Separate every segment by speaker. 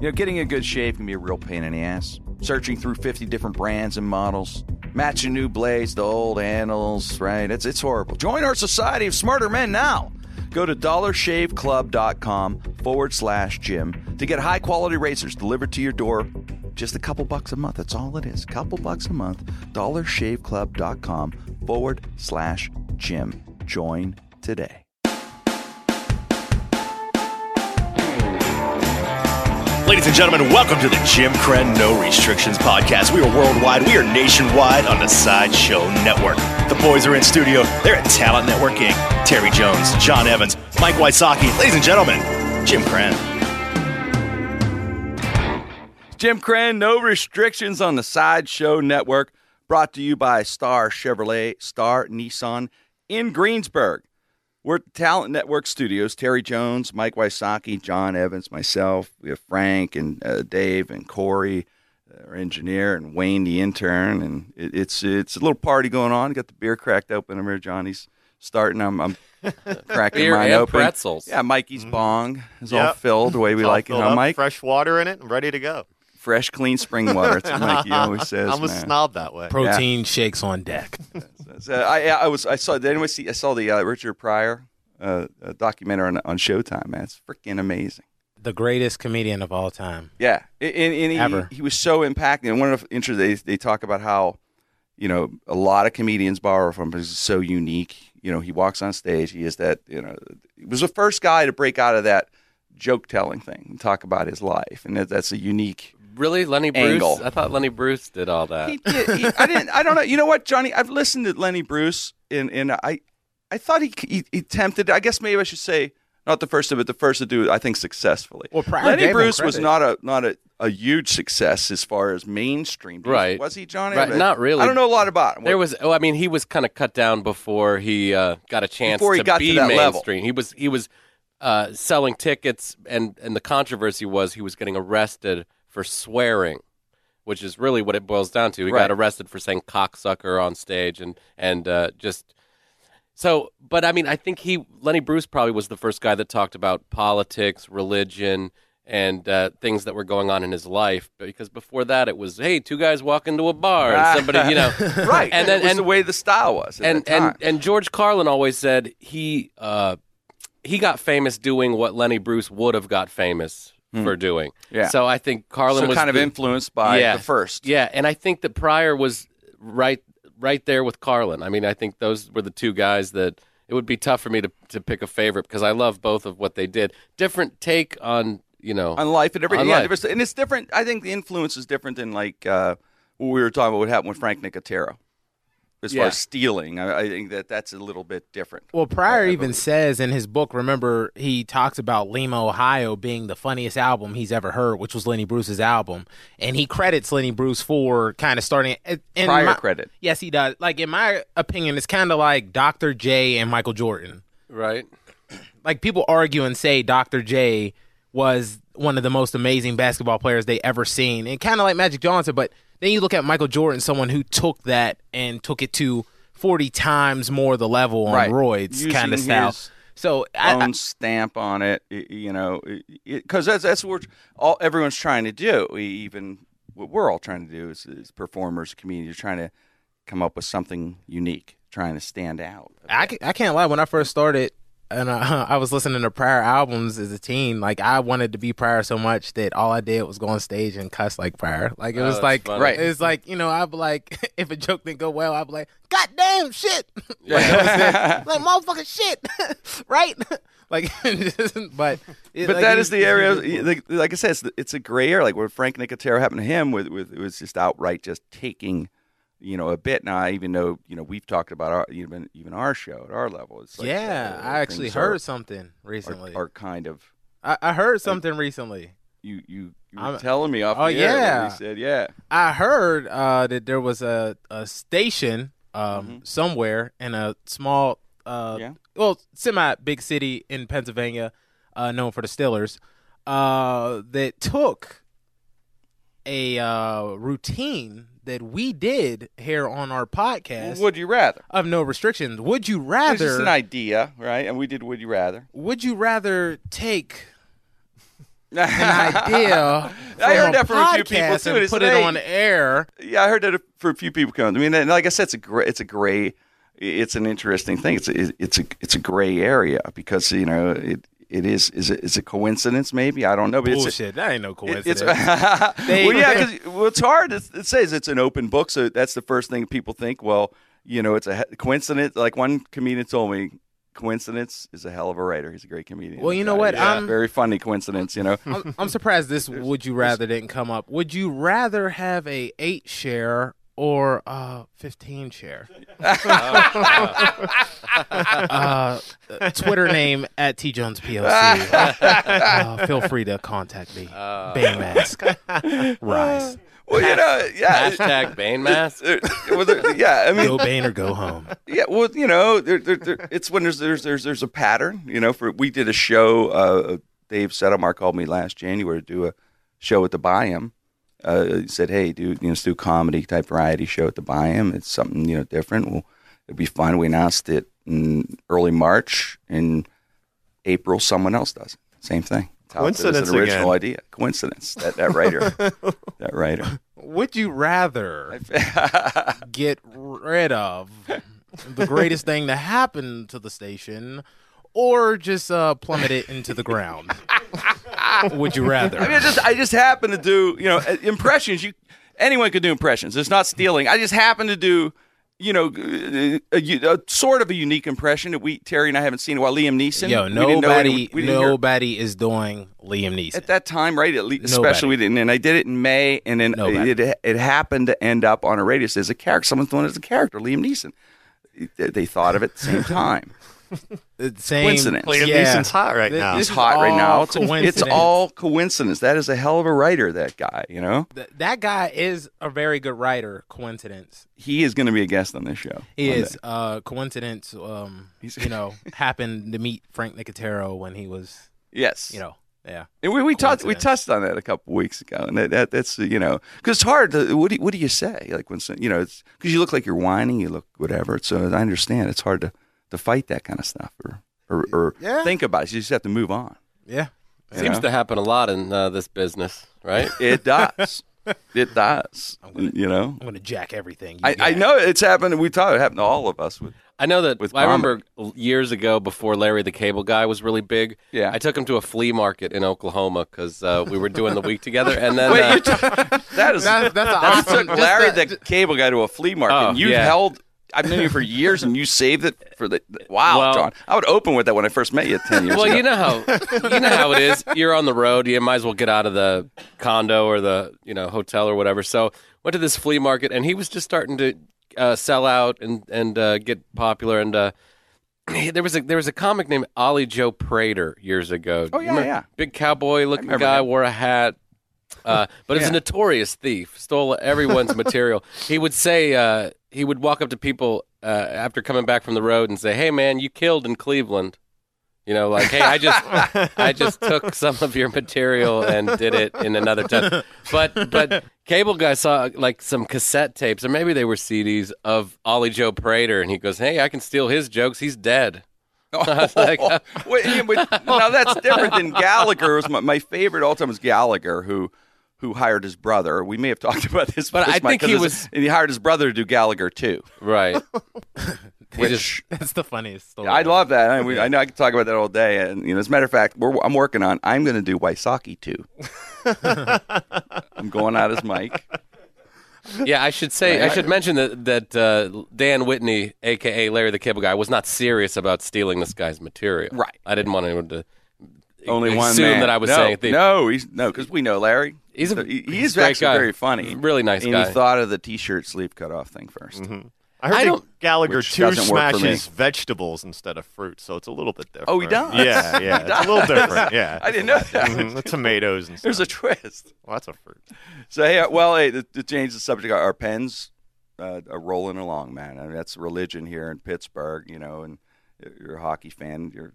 Speaker 1: You know, getting a good shave can be a real pain in the ass. Searching through 50 different brands and models, matching new blades to old handles, right? It's, it's horrible. Join our society of smarter men now. Go to dollarshaveclub.com forward slash gym to get high quality razors delivered to your door. Just a couple bucks a month. That's all it is. Couple bucks a month. Dollarshaveclub.com forward slash gym. Join today.
Speaker 2: Ladies and gentlemen, welcome to the Jim Crenn No Restrictions podcast. We are worldwide, we are nationwide on the Sideshow Network. The boys are in studio. They're at Talent Network Inc. Terry Jones, John Evans, Mike Wysocki. Ladies and gentlemen, Jim Crenn.
Speaker 1: Jim Crenn, no restrictions on the Sideshow Network. Brought to you by Star Chevrolet, Star Nissan in Greensburg. We're at the Talent Network Studios. Terry Jones, Mike Wysocki, John Evans, myself. We have Frank and uh, Dave and Corey, uh, our engineer, and Wayne, the intern. And it, it's it's a little party going on. Got the beer cracked open. I'm here. Johnny's starting. I'm, I'm cracking
Speaker 3: Beer
Speaker 1: mine
Speaker 3: and
Speaker 1: open.
Speaker 3: pretzels.
Speaker 1: Yeah, Mikey's bong is all
Speaker 4: Mm-hmm. Yep.
Speaker 1: filled the way we
Speaker 4: It's all
Speaker 1: like it.
Speaker 4: filled
Speaker 1: Huh,
Speaker 4: up,
Speaker 1: Mike?
Speaker 4: Fresh water in it and ready to go.
Speaker 1: Fresh, clean spring water. That's what Mikey always says.
Speaker 4: I'm a
Speaker 1: man.
Speaker 4: snob that way.
Speaker 5: Protein shakes on deck.
Speaker 1: So I, I was I saw did anyone see I saw the uh, Richard Pryor uh, uh, documentary on, on Showtime. Man, it's freaking amazing.
Speaker 5: The greatest comedian of all time.
Speaker 1: Yeah, and, and- and he,
Speaker 5: Ever.
Speaker 1: he was so impacting. And one of the interests they they talk about how you know a lot of comedians borrow from him because it's so unique. You know, he walks on stage. He is that you know he was the first guy to break out of that joke telling thing and talk about his life, and that, that's a unique.
Speaker 3: Really, Lenny Bruce?
Speaker 1: Angle.
Speaker 3: I thought Lenny Bruce did all that.
Speaker 1: He did. He, I didn't. I don't know. You know what, Johnny? I've listened to Lenny Bruce, and and I, I thought he he, he tempted. I guess maybe I should say not the first to, but the first to do. it, I think successfully.
Speaker 5: Well, Pryor gave
Speaker 1: Lenny
Speaker 5: him
Speaker 1: Bruce was
Speaker 5: credit.
Speaker 1: not a not a, a huge success as far as mainstream.
Speaker 3: Right.
Speaker 1: Was he Johnny?
Speaker 3: Right,
Speaker 1: I-
Speaker 3: not really.
Speaker 1: I don't know a lot about him.
Speaker 3: There was, oh, I mean, he was kind of cut down before he uh, got a chance
Speaker 1: Before he
Speaker 3: to
Speaker 1: got to
Speaker 3: be
Speaker 1: that level.
Speaker 3: mainstream. He was, he was uh, selling tickets, and and the controversy was he was getting arrested for swearing, which is really what it boils down to. He
Speaker 1: Right.
Speaker 3: got arrested for saying cocksucker on stage, and and uh, just so. But I mean, I think he Lenny Bruce probably was the first guy that talked about politics, religion. And uh, things that were going on in his life, because before that it was, hey, two guys walk into a bar, and somebody, you know,
Speaker 1: right, and
Speaker 3: and then-
Speaker 1: it was
Speaker 3: and-
Speaker 1: the way the style was. At
Speaker 3: and
Speaker 1: that time.
Speaker 3: and and George Carlin always said he uh, he got famous doing what Lenny Bruce would have got famous for doing.
Speaker 1: Hmm. Yeah.
Speaker 3: So I think Carlin
Speaker 1: so
Speaker 3: was
Speaker 1: kind of
Speaker 3: the-
Speaker 1: influenced by
Speaker 3: Yeah.
Speaker 1: the first.
Speaker 3: Yeah, and I think that Pryor was right right there with Carlin. I mean, I think those were the two guys that it would be tough for me to to pick a favorite because I love both of what they did. Different take on you know
Speaker 1: on life and everything.
Speaker 3: On
Speaker 1: Yeah,
Speaker 3: life.
Speaker 1: there's- and it's different. I think the influence is different than like uh, what we were talking about. What happened with Frank Nicotero as
Speaker 3: Yeah.
Speaker 1: far as stealing? I, I think that that's a little bit different.
Speaker 5: Well, Pryor even says in his book, remember, he talks about Lima, Ohio being the funniest album he's ever heard, which was Lenny Bruce's album. And he credits Lenny Bruce for kind of starting in
Speaker 1: Pryor
Speaker 5: my-
Speaker 1: credit.
Speaker 5: Yes, he does. Like, in my opinion, it's kind of like Dr. J and Michael Jordan.
Speaker 3: right.
Speaker 5: Like, people argue and say Dr. J was one of the most amazing basketball players they ever seen, and kind of like Magic Johnson. But then you look at Michael Jordan, someone who took that and took it to 40 times more the level on
Speaker 1: Right.
Speaker 5: roids
Speaker 1: Using
Speaker 5: kind of style.
Speaker 1: his
Speaker 5: So I,
Speaker 1: Own stamp on it, y- you know, because that's that's what we're- all everyone's trying to do. We Even what we're all trying to do is, is performers, comedians, trying to come up with something unique, trying to stand out.
Speaker 5: I, ca- I can't lie. When I first started, and uh, I was listening to Pryor albums as a teen, like I wanted to be Pryor so much that all I did was go on stage and cuss like Pryor. Like it was
Speaker 3: that's
Speaker 5: like,
Speaker 3: funny.
Speaker 1: Right.
Speaker 5: It's like you know, I'd be like, if a joke didn't go well, I'd be like, God damn shit, like motherfucking shit, right? like, just, but it-
Speaker 1: But
Speaker 5: like,
Speaker 1: that
Speaker 5: you-
Speaker 1: is the area. Like, like I said, it's, it's a gray area. Like where Frank Nicotero happened to him, with with it was just outright just taking, you know, a bit. Now I even know you know we've talked about our even even our show at our level. It's like
Speaker 5: yeah,
Speaker 1: uh,
Speaker 5: I actually
Speaker 1: things
Speaker 5: heard
Speaker 1: are-
Speaker 5: something recently.
Speaker 1: Are, are kind of
Speaker 5: I, I heard something recently.
Speaker 1: you you you were
Speaker 5: I'm-
Speaker 1: telling me off.
Speaker 5: Oh,
Speaker 1: the air when
Speaker 5: yeah.
Speaker 1: we said yeah.
Speaker 5: I heard uh, that there was a, a station um, somewhere in a small, uh,
Speaker 1: Mm-hmm. Yeah.
Speaker 5: well, semi big city in Pennsylvania, uh, known for the Steelers, uh, that took a uh, routine that we did here on our podcast
Speaker 1: Would you rather?
Speaker 5: of no restrictions. Would you
Speaker 1: It's just
Speaker 5: rather?
Speaker 1: an idea, right? And we did. Would you rather?
Speaker 5: would you rather take an idea. For
Speaker 1: I heard
Speaker 5: a
Speaker 1: that from a few people,
Speaker 5: podcast
Speaker 1: too,
Speaker 5: and
Speaker 1: is
Speaker 5: put
Speaker 1: that,
Speaker 5: it
Speaker 1: hey,
Speaker 5: on air.
Speaker 1: yeah, I heard that for a few people coming. I mean, and like I said, it's a gray, it's a gray, it's an interesting thing. It's a, it's a it's a gray area because you know it it is is it, is it coincidence maybe I don't know, but it's a,
Speaker 5: Bullshit. That ain't no
Speaker 1: it-
Speaker 5: coincidence.
Speaker 1: it's well, yeah,
Speaker 5: they-
Speaker 1: because well, it's hard. It's, it says it's an open book, so that's the first thing people think. Well, you know, it's a he- coincidence. Like one comedian told me, coincidence is a hell of a writer. He's a great comedian.
Speaker 5: Well, you know what? I'm-
Speaker 1: very funny coincidence. You know,
Speaker 5: I'm, I'm surprised this would you rather didn't come up. Would you rather have a eight share or a fifteen share? uh, Twitter name at T Jones POC. Uh, feel free to contact me.
Speaker 1: Uh.
Speaker 5: Bay mask. Rise.
Speaker 1: well, you know, yeah.
Speaker 3: Hashtag Bane Mask.
Speaker 1: Uh, well, there- yeah, I mean,
Speaker 5: Go Bane or go home.
Speaker 1: Yeah, well, you know, there, there, there, it's when there's there's there's there's a pattern. You know, for we did a show. Uh, Dave Settlemar called me last January to do a show at the Byam. Uh, he said, "Hey, do you know, let's do a comedy type variety show at the Byam. It's something you know different. Well, it'd be fun." We announced it in early March. In April, someone else does it. same thing. It's how it is,
Speaker 4: Coincidence
Speaker 1: an original
Speaker 4: again.
Speaker 1: idea. Coincidence. That that writer. that writer.
Speaker 5: Would you rather get rid of the greatest thing to happen to the station or just uh, plummet it into the ground? Would you rather?
Speaker 1: I mean, I just I just happen to do you know uh, impressions. You anyone could do impressions. It's not stealing. I just happen to do you know a, a- a sort of a unique impression that we Terry and I haven't seen in a while. Liam Neeson.
Speaker 5: Yo,
Speaker 1: We didn't know
Speaker 5: nobody,
Speaker 1: any- we didn't hear-
Speaker 5: nobody is doing Liam Neeson.
Speaker 1: at that time, right? At least, especially we didn't. And I did it in May, and then
Speaker 5: Nobody.
Speaker 1: it, it happened to end up on a radio as a character. Someone's doing it as a character, Liam Neeson. They- They thought of it at the same time.
Speaker 5: The Same
Speaker 1: Coincidence.
Speaker 4: Liam
Speaker 5: yeah.
Speaker 4: Neeson's hot right
Speaker 5: Th-
Speaker 4: now.
Speaker 5: this
Speaker 1: It's
Speaker 5: is
Speaker 1: hot right
Speaker 5: all
Speaker 1: now. It's, it's
Speaker 5: coincidence.
Speaker 1: all coincidence. That is a hell of a writer, that guy. You know,
Speaker 5: Th- that guy is a very good writer. Coincidence.
Speaker 1: he is going to be a guest on this show.
Speaker 5: He
Speaker 1: one
Speaker 5: is uh, coincidence. Um, you know, happened to meet Frank Nicotero when he was,
Speaker 1: Yes.
Speaker 5: you know, yeah.
Speaker 1: and we, we talked we
Speaker 5: coincidence.
Speaker 1: touched on that a couple weeks ago, and that, that that's you know because it's hard. To, what do you, what do you say? Like when some- you know it's because you look like you're whining, you look whatever. So I understand it's hard to to fight that kind of stuff or or, or
Speaker 5: Yeah.
Speaker 1: think about it. You just have to move on.
Speaker 5: Yeah.
Speaker 1: you
Speaker 3: Seems
Speaker 1: know?
Speaker 3: to happen a lot in uh, this business, right?
Speaker 1: it does. It does. you know.
Speaker 5: I'm going to jack everything. you
Speaker 1: I, I
Speaker 5: got.
Speaker 1: know it's happened. We talked. It happened to all of us. With
Speaker 3: I know that.
Speaker 1: With
Speaker 3: I remember years ago before Larry the Cable Guy was really big.
Speaker 1: Yeah.
Speaker 3: I took him to a flea market in Oklahoma because uh, we were doing the week together, and then
Speaker 1: Wait,
Speaker 3: uh,
Speaker 1: you took- that is
Speaker 5: That- that's an
Speaker 1: that
Speaker 5: awesome-
Speaker 1: took
Speaker 5: just
Speaker 1: Larry
Speaker 5: that-
Speaker 1: the cable guy to a flea market.
Speaker 3: Oh,
Speaker 1: and you
Speaker 3: yeah.
Speaker 1: held. I've known you for years, and you saved it for the. Wow,
Speaker 3: Well-
Speaker 1: John. I would open with that when I first met you at ten years
Speaker 3: well,
Speaker 1: ago.
Speaker 3: you know how you know how it is. You're on the road. You might as well get out of the condo or the you know hotel or whatever. So went to this flea market, and he was just starting to uh, sell out and and uh, get popular. And uh, there was a there was a comic named Ollie Joe Prater years ago.
Speaker 1: Oh,
Speaker 3: You
Speaker 1: yeah,
Speaker 3: remember?
Speaker 1: yeah.
Speaker 3: big cowboy looking
Speaker 1: remember
Speaker 3: guy
Speaker 1: him.
Speaker 3: wore a hat. Uh, but he was
Speaker 1: Yeah.
Speaker 3: a notorious thief, stole everyone's material. He would say, uh, he would walk up to people uh, after coming back from the road and say, "Hey, man, you killed in Cleveland." You know, like, hey, I just, I just took some of your material and did it in another time. But, but cable guy saw like some cassette tapes, or maybe they were CDs of Ollie Joe Prater, and he goes, "Hey, I can steal his jokes. He's dead." I was like,
Speaker 1: Wait, yeah, but- now that's different than Gallagher. Was my, my favorite all time was Gallagher, who who hired his brother. We may have talked about this,
Speaker 3: But
Speaker 1: this
Speaker 3: I
Speaker 1: might-
Speaker 3: think
Speaker 1: 'cause
Speaker 3: he
Speaker 1: it's-
Speaker 3: was-
Speaker 1: and he hired his brother to do Gallagher too.
Speaker 3: right. He
Speaker 1: Which
Speaker 3: just-
Speaker 5: That's the funniest story.
Speaker 1: I love that. I, we, I know I can talk about that all day. And you know, as a matter of fact, we're, I'm working on. I'm going to do Waisaki too. I'm going out as Mike.
Speaker 3: Yeah, I should say I should mention that that uh, Dan Whitney, aka Larry the Cable Guy, was not serious about stealing this guy's material.
Speaker 1: Right.
Speaker 3: I didn't want anyone to
Speaker 1: Only
Speaker 3: assume
Speaker 1: one man.
Speaker 3: that I was
Speaker 1: no,
Speaker 3: saying a thief.
Speaker 1: No, he's no, because we know Larry.
Speaker 3: He's a-
Speaker 1: he,
Speaker 3: he's
Speaker 1: he's
Speaker 3: a great
Speaker 1: actually
Speaker 3: guy.
Speaker 1: very funny.
Speaker 3: Really nice
Speaker 1: and
Speaker 3: guy. Mm-hmm.
Speaker 1: He thought of the t-shirt sleeve cut off thing 1st
Speaker 4: I heard
Speaker 3: I
Speaker 4: that
Speaker 3: don't-
Speaker 4: Gallagher
Speaker 1: Which
Speaker 4: too
Speaker 1: doesn't work for me.
Speaker 4: smashes vegetables instead of fruit, so it's a little bit different.
Speaker 1: Oh, he does?
Speaker 4: Yeah, yeah, it's a little different. Yeah,
Speaker 1: I didn't know that.
Speaker 4: Mhm, the tomatoes and stuff.
Speaker 1: There's a twist.
Speaker 4: well, that's a fruit.
Speaker 1: So hey, uh, well, hey, to, to change the subject, our, our pens uh, are rolling along, man. I mean, that's religion here in Pittsburgh, you know. And you're a hockey fan, you're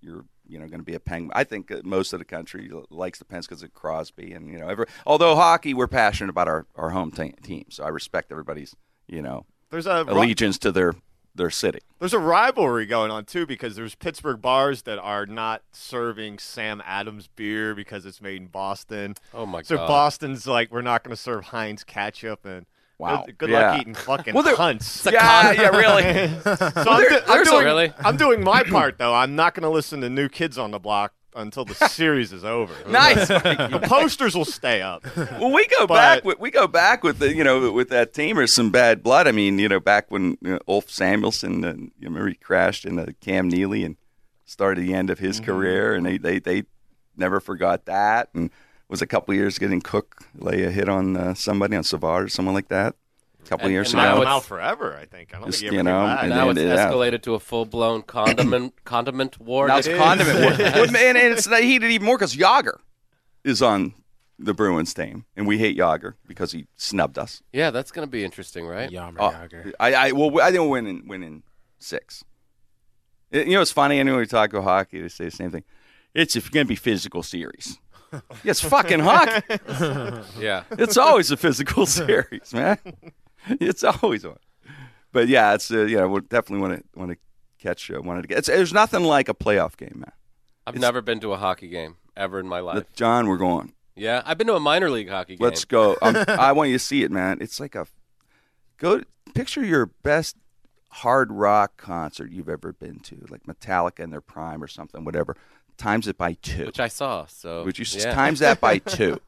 Speaker 1: you're you know going to be a Penguin. I think uh, most of the country l- likes the Pens because of Crosby, and you know, every, although hockey, we're passionate about our our home te- team, so I respect everybody's you know
Speaker 4: There's a Ro-
Speaker 1: allegiance to their their city.
Speaker 4: There's a rivalry going on too because there's Pittsburgh bars that are not serving Sam Adams beer because it's made in Boston.
Speaker 3: Oh, my
Speaker 4: so
Speaker 3: God.
Speaker 4: Boston's like we're not going to serve Heinz ketchup and
Speaker 1: Wow.
Speaker 4: Good, good
Speaker 1: Yeah.
Speaker 4: luck eating fucking
Speaker 1: Well, there-
Speaker 4: Hunts.
Speaker 1: yeah, yeah, really.
Speaker 4: So I'm, do- I'm
Speaker 3: there's a-
Speaker 4: doing,
Speaker 3: Really?
Speaker 4: I'm doing my part though. I'm not going to listen to New Kids on the Block until the series is over.
Speaker 1: nice. Mike.
Speaker 4: The posters will stay up.
Speaker 1: Well, we go
Speaker 4: But-
Speaker 1: back. With, we go back with the you know with that team or some bad blood. I mean, you know, back when you know, Ulf Samuelson, uh, you remember he crashed into Cam Neely and started the end of his career, and they, they they never forgot that. And was a couple years getting Cook lay a hit on uh, somebody on Savard or someone like that. A couple
Speaker 3: And-
Speaker 1: years
Speaker 3: and
Speaker 1: ago.
Speaker 4: Now
Speaker 3: now
Speaker 4: I'm
Speaker 3: it's-
Speaker 4: out forever. I think. I don't
Speaker 1: Just,
Speaker 4: think he
Speaker 1: you
Speaker 4: ever came
Speaker 1: know,
Speaker 4: back.
Speaker 1: and
Speaker 3: now
Speaker 1: then-
Speaker 3: it's
Speaker 1: yeah.
Speaker 3: escalated to a full blown condiment condiment war.
Speaker 1: Now it's condiment. Well, man, and it's heated even more because Yager is on the Bruins team, and we hate Yager because he snubbed us.
Speaker 3: yeah, that's going to be interesting, right?
Speaker 5: Yammer
Speaker 1: Uh,
Speaker 5: Yager.
Speaker 1: I, I well, I didn't win in win in six. It- you know, it's funny. Anyone we talk about hockey, they say the same thing. It's going to be physical series. Yeah, it's fucking hockey.
Speaker 3: Yeah.
Speaker 1: It's always a physical series, man. It's always one. But yeah, it's uh, you know, we definitely want to want to catch uh, wanted to get. It's, there's nothing like a playoff game, man.
Speaker 3: I've never been to a hockey game ever in my life.
Speaker 1: Look, John, we're going.
Speaker 3: Yeah, I've been to a minor league hockey game.
Speaker 1: Let's go. i I want you to see it, man. It's like a go picture your best hard rock concert you've ever been to, like Metallica in their prime or something, whatever. Times it by two.
Speaker 3: which I saw. So
Speaker 1: Would you s
Speaker 3: yeah.
Speaker 1: times that by two?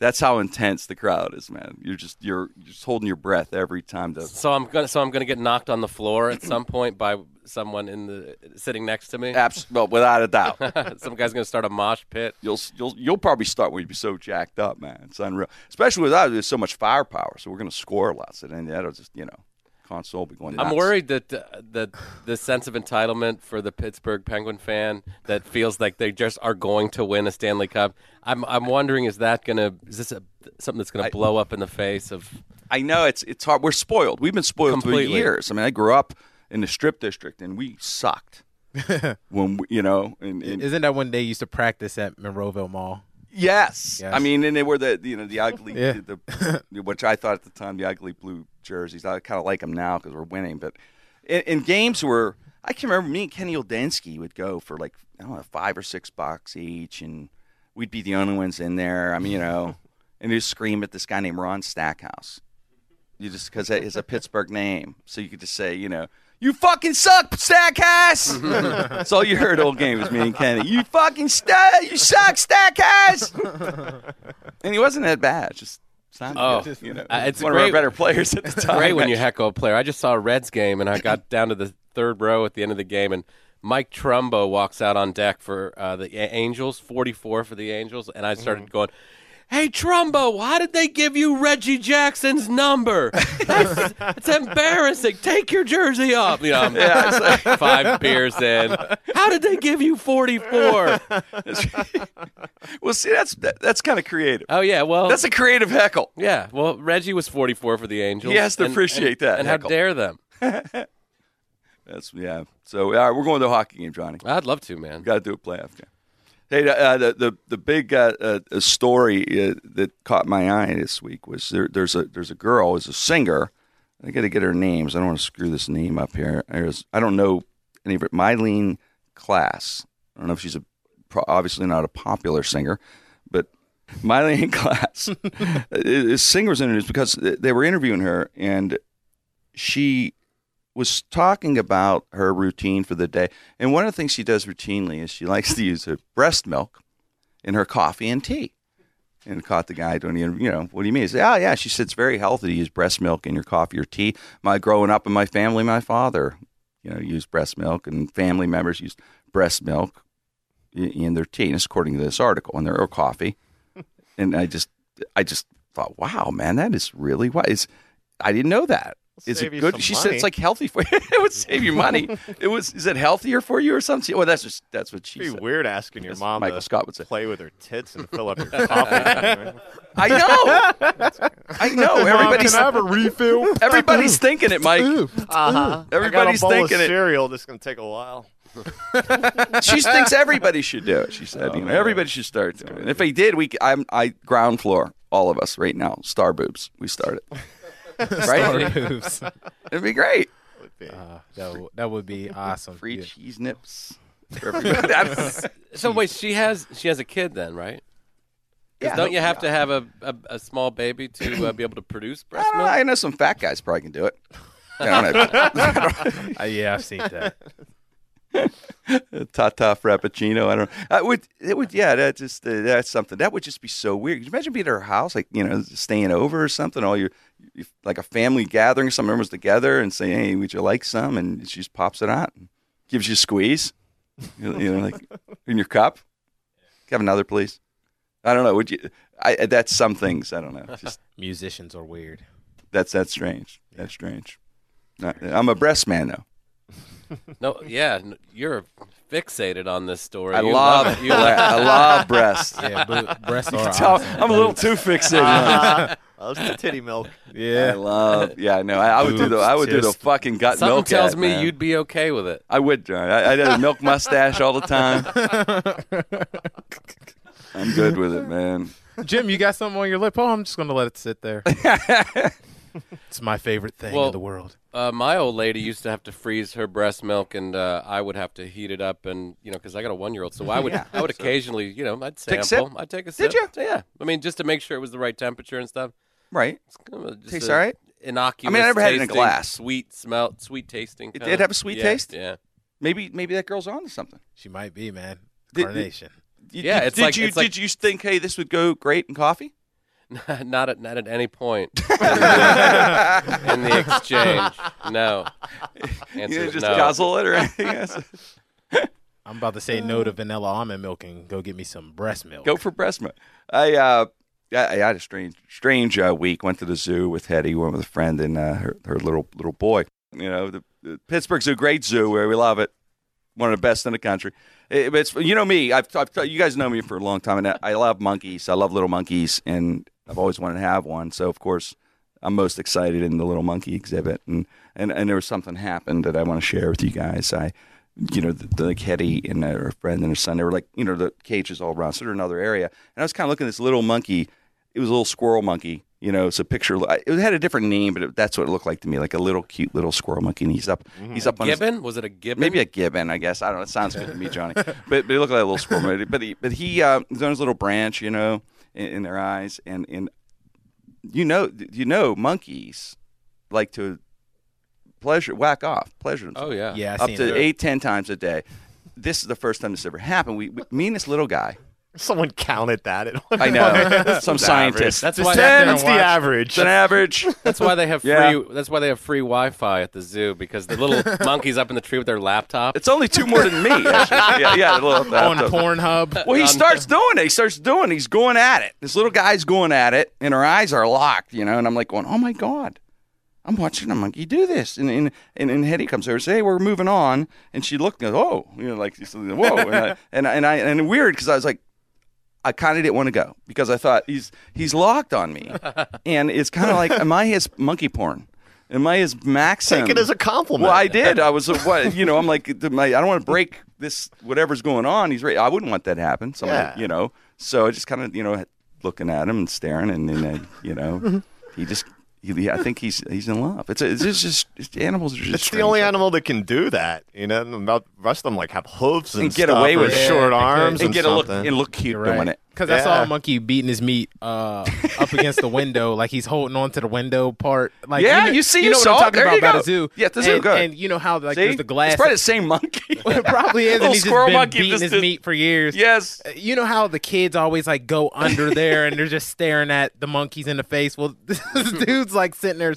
Speaker 1: That's how intense the crowd is, man. You're just you're, you're just holding your breath every time. To
Speaker 3: So I'm gonna so I'm gonna get knocked on the floor at some point by someone in the sitting next to me.
Speaker 1: abs- well, without a doubt.
Speaker 3: some guy's gonna start a mosh pit.
Speaker 1: You'll you'll you'll probably start when you be so jacked up, man. It's unreal, especially with us. There's so much firepower, so we're gonna score a lot. So then that'll just you know, console will be going.
Speaker 3: I'm
Speaker 1: nuts.
Speaker 3: worried that uh, the the sense of entitlement for the Pittsburgh Penguin fan that feels like they just are going to win a Stanley Cup. I'm I'm wondering is that gonna is this a, something that's gonna blow up in the face of
Speaker 1: I know it's it's hard. We're spoiled. We've been spoiled for
Speaker 3: Completely.
Speaker 1: years. I mean, I grew up in the strip district, and we sucked. when we, you know, and, and-
Speaker 5: Isn't that when they used to practice at Monroeville Mall?
Speaker 1: yes.
Speaker 5: Yes.
Speaker 1: I mean, and they were the you know the ugly,
Speaker 5: Yeah.
Speaker 1: the, which I thought at the time the ugly blue jerseys. I kind of like them now because we're winning. But in, in games where I can remember, me and Kenny Oldensky would go for like I don't know five or six bucks each, and we'd be the only ones in there. I mean, you know, and they'd scream at this guy named Ron Stackhouse. You just because that is a Pittsburgh name, so you could just say, you know, you fucking suck, Stackhouse. That's all you heard old game was me and Kenny. You fucking st- you suck, Stackhouse. and he wasn't that bad. Just sounded
Speaker 3: Oh,
Speaker 1: good, you know,
Speaker 3: uh, it's
Speaker 1: one of our
Speaker 3: great-
Speaker 1: better players at the time.
Speaker 3: great when you heckle a player. I just saw a Reds game and I got down to the third row at the end of the game and Mike Trumbo walks out on deck for uh, the A- Angels, 44 for the Angels, and I
Speaker 1: Mm-hmm.
Speaker 3: started going, Hey Trumbo, why did they give you Reggie Jackson's number? That's, it's embarrassing. Take your jersey off. You know, I'm five beers in. How did they give you 44?
Speaker 1: well, see, that's that, that's kind of creative.
Speaker 3: Oh yeah, well,
Speaker 1: That's a creative heckle.
Speaker 3: yeah. Well, Reggie was 44 for the Angels.
Speaker 1: He has to
Speaker 3: and-
Speaker 1: appreciate
Speaker 3: and-
Speaker 1: that
Speaker 3: And
Speaker 1: heckle.
Speaker 3: how dare them?
Speaker 1: That's yeah. So all right, we're going to a hockey game, Johnny.
Speaker 3: I'd love to, man.
Speaker 1: Got to do a playoff game. Hey, uh, the the the big uh, uh, uh, story uh, that caught my eye this week was there, there's a there's a girl is a singer. I got to get her names. I don't want to screw this name up here. There's, I don't know any of it. Mylene Class. I don't know if she's a pro- obviously not a popular singer, but Mylene Class is singers in the news because they were interviewing her and she was talking about her routine for the day. And one of the things she does routinely is she likes to use her breast milk in her coffee and tea. And caught the guy doing, the- you know, what do you mean? He said, oh, yeah. She said, it's very healthy to use breast milk in your coffee or tea. My growing up in my family, my father, you know, used breast milk and family members used breast milk i- in their tea. And it's according to this article, in their or coffee. And I just, I just thought, wow, man, that is really wise. I didn't know that. Is
Speaker 4: save
Speaker 1: it
Speaker 4: you
Speaker 1: good?
Speaker 4: some
Speaker 1: She said it's
Speaker 4: money.
Speaker 1: like healthy for you. it would save you money. It was. Is it healthier for you or something? Well, that's just that's what she
Speaker 4: It'd be
Speaker 1: said.
Speaker 4: weird asking your
Speaker 1: That's
Speaker 4: mom
Speaker 1: Michael
Speaker 4: to
Speaker 1: Scott would say.
Speaker 4: play with her tits and fill up your coffee.
Speaker 1: I know. I know. Everybody's
Speaker 4: a refill?
Speaker 1: everybody's thinking it, Mike.
Speaker 4: Uh-huh.
Speaker 1: Everybody's
Speaker 4: I got a bowl
Speaker 1: thinking
Speaker 4: of
Speaker 1: it.
Speaker 4: cereal. This is gonna take a while.
Speaker 1: She thinks everybody should do it. She said, you know, everybody should start doing it. And if they did, we c- I'm I ground floor all of us right now. Star boobs. We start it. right?
Speaker 5: Moves.
Speaker 1: It'd be great.
Speaker 4: would be.
Speaker 5: Uh, that, w- that would be awesome.
Speaker 1: Free
Speaker 5: Yeah.
Speaker 1: cheese nips for everybody. That's-
Speaker 3: So wait, she has she has a kid then, right? 'Cause
Speaker 1: Yeah,
Speaker 3: don't you have to have a, a, a small baby to uh, be able to produce
Speaker 1: I
Speaker 3: breast
Speaker 1: don't know.
Speaker 3: milk?
Speaker 1: I know some fat guys probably can do it. I don't
Speaker 5: Uh, yeah, I've seen that.
Speaker 1: know. Tata Frappuccino. I don't know. It would, it would, yeah, that just, uh, that's something. That would just be so weird. Could you imagine being at her house, like, you know, staying over or something? All your, you- like a family gathering, some members together and say, hey, would you like some? And she just pops it out and gives you a squeeze, you you know, like in your cup. Have another, please. I don't know. Would you, I, that's some things. I don't know. Just,
Speaker 5: Musicians are weird.
Speaker 1: That's that's strange. That's strange. Not- I'm a breast man though.
Speaker 3: No, yeah, n- you're fixated on this story.
Speaker 1: I
Speaker 3: You
Speaker 1: love,
Speaker 3: it. You
Speaker 1: bre-
Speaker 3: love
Speaker 1: I love breasts.
Speaker 5: Yeah, but breasts are
Speaker 1: Tell-
Speaker 5: awesome.
Speaker 1: I'm a little too fixated.
Speaker 3: Ah,
Speaker 1: on it.
Speaker 4: Uh, loves the titty milk.
Speaker 1: I
Speaker 5: Yeah.
Speaker 1: love. Yeah, no, I, I would do the. I would do the
Speaker 5: Just-
Speaker 1: fucking gut
Speaker 3: Something
Speaker 1: milk.
Speaker 3: tells
Speaker 1: ad,
Speaker 3: me
Speaker 1: man.
Speaker 3: you'd be okay with it.
Speaker 1: I would, John. I, I did a milk mustache all the time. I'm good with it, man.
Speaker 5: Jim, you got something on your lip? Oh, I'm just going to let it sit there. it's my favorite thing
Speaker 3: Well-
Speaker 5: in the world.
Speaker 3: Uh, my old lady used to have to freeze her breast milk, and uh, I would have to heat it up, and you know, because I got a one-year-old, so I would I would occasionally, you know, I'd
Speaker 1: Take a
Speaker 3: sample,
Speaker 1: sip?
Speaker 3: I'd take a
Speaker 1: Did
Speaker 3: sip.
Speaker 1: you?
Speaker 3: Yeah, I mean, just to make sure it was the right temperature and stuff.
Speaker 1: Right.
Speaker 3: It's kind of just
Speaker 1: Tastes
Speaker 3: a
Speaker 1: all right?
Speaker 3: Innocuous.
Speaker 1: I mean, I never had it in a
Speaker 3: tasting,
Speaker 1: glass.
Speaker 3: Sweet smell, sweet tasting.
Speaker 1: It
Speaker 3: kinda-
Speaker 1: did have a sweet
Speaker 3: yeah,
Speaker 1: taste?
Speaker 3: Yeah,
Speaker 1: Maybe maybe that girl's on to something.
Speaker 5: She might be, man.
Speaker 1: Did-
Speaker 5: Carnation.
Speaker 1: Did-
Speaker 3: Yeah,
Speaker 1: Did,
Speaker 3: it's like-
Speaker 1: you
Speaker 3: it's like-
Speaker 1: did you think hey this would go great in coffee?
Speaker 3: not at not at any point in the exchange. No.
Speaker 1: You
Speaker 3: Answer
Speaker 1: didn't
Speaker 3: is
Speaker 1: just
Speaker 3: no.
Speaker 1: guzzle it or anything else.
Speaker 5: I'm about to say no to vanilla almond milk and go get me some breast milk.
Speaker 1: Go for breast milk. I uh, I, I had a strange, strange uh, week. Went to the zoo with Hetty, went with a friend and uh, her her little little boy. You know, the, the Pittsburgh Zoo, great zoo, where we love it, one of the best in the country. It- it's you know me. I've, I've you guys know me for a long time, and I, I love monkeys. I love little monkeys, and I've always wanted to have one. So of course. I'm most excited in the little monkey exhibit, and, and, and there was something happened that I want to share with you guys. I, you know, the, the like Hetty and her friend and her son, they were like, you know, the cages all around, so they're in another area, and I was kind of looking at this little monkey. It was a little squirrel monkey, you know. So picture I- it had a different name, but it, that's what it looked like to me, like a little cute little squirrel monkey. And he's up, he's up on his,
Speaker 3: Gibbon? Was it a gibbon?
Speaker 1: maybe a gibbon, I guess. I don't know. It sounds good to me, Johnny. But, but he looked like a little squirrel. monkey. But he, but he uh, was on his little branch, you know, in, in their eyes, and and you know, you know, monkeys like to pleasure whack off, pleasure themselves
Speaker 3: Oh yeah.
Speaker 5: Yeah, I
Speaker 1: up
Speaker 5: seen
Speaker 1: to
Speaker 5: it.
Speaker 1: eight, ten times a day. This is the first time this ever happened. We, we me and this little guy.
Speaker 4: Someone counted that. At one
Speaker 1: I know some
Speaker 4: average.
Speaker 1: scientist.
Speaker 3: That's
Speaker 4: Just
Speaker 3: why
Speaker 4: ten,
Speaker 5: that-
Speaker 4: it's the average.
Speaker 1: It's an average.
Speaker 3: That's why they have free.
Speaker 1: Yeah.
Speaker 3: That's why they have free Wi-Fi at the zoo because the little monkeys up in the tree with their laptop.
Speaker 1: It's only two more than me. Actually. Yeah, yeah. the little-
Speaker 5: on Pornhub.
Speaker 1: Well, he starts doing it. He starts doing. it. He's going at it. This little guy's going at it, and her eyes are locked, you know. And I'm like, going, "Oh my god, I'm watching a monkey do this." And and and, and Hetty comes over and says, "Hey, we're moving on." And she looked and goes, "Oh, you know, like she's- whoa." And I, and I, and, I, and weird because I was like, I kind of didn't want to go because I thought he's he's locked on me, and it's kind of like, am I his monkey porn? Am I his maxim?
Speaker 4: Take it as a compliment.
Speaker 1: Well, I did. I was uh, what you know. I'm like, the- my, I don't want to break this whatever's going on. He's right. I wouldn't want that to happen. So I'm like,
Speaker 4: Yeah.
Speaker 1: you know, so I just kind of you know looking at him and staring, and then uh, you know, he just. He, I think he's he's in love. It's, a, it's just, just it's- animals are just.
Speaker 4: It's the
Speaker 1: strange.
Speaker 4: only animal that can do that. You know, and the rest of them like have hooves and,
Speaker 1: And get
Speaker 4: stuff,
Speaker 1: away
Speaker 4: or
Speaker 1: with it.
Speaker 4: short
Speaker 5: Yeah,
Speaker 4: arms
Speaker 1: and get a look
Speaker 4: something.
Speaker 1: and look cute doing it.
Speaker 5: Because I saw
Speaker 4: Yeah.
Speaker 5: a monkey beating his meat uh, up against the window, like he's holding on to the window part. Like
Speaker 1: Yeah,
Speaker 5: know-
Speaker 1: you see,
Speaker 5: you
Speaker 1: you
Speaker 5: know
Speaker 1: saw it.
Speaker 5: what I'm talking
Speaker 1: There
Speaker 5: about
Speaker 1: you
Speaker 5: by
Speaker 1: go.
Speaker 5: the zoo.
Speaker 1: Yeah, the zoo,
Speaker 5: And,
Speaker 1: good.
Speaker 5: and you know how like
Speaker 1: See?
Speaker 5: there's the glass.
Speaker 1: It's probably the same monkey.
Speaker 5: it probably is,
Speaker 1: Little
Speaker 5: and he's just
Speaker 1: squirrel
Speaker 5: been
Speaker 1: monkey
Speaker 5: beating
Speaker 1: just
Speaker 5: his
Speaker 1: did-
Speaker 5: meat for years.
Speaker 1: yes.
Speaker 5: Uh, You know how the kids always like go under there and they're just staring at the monkeys in the face. Well, this dude's like sitting there,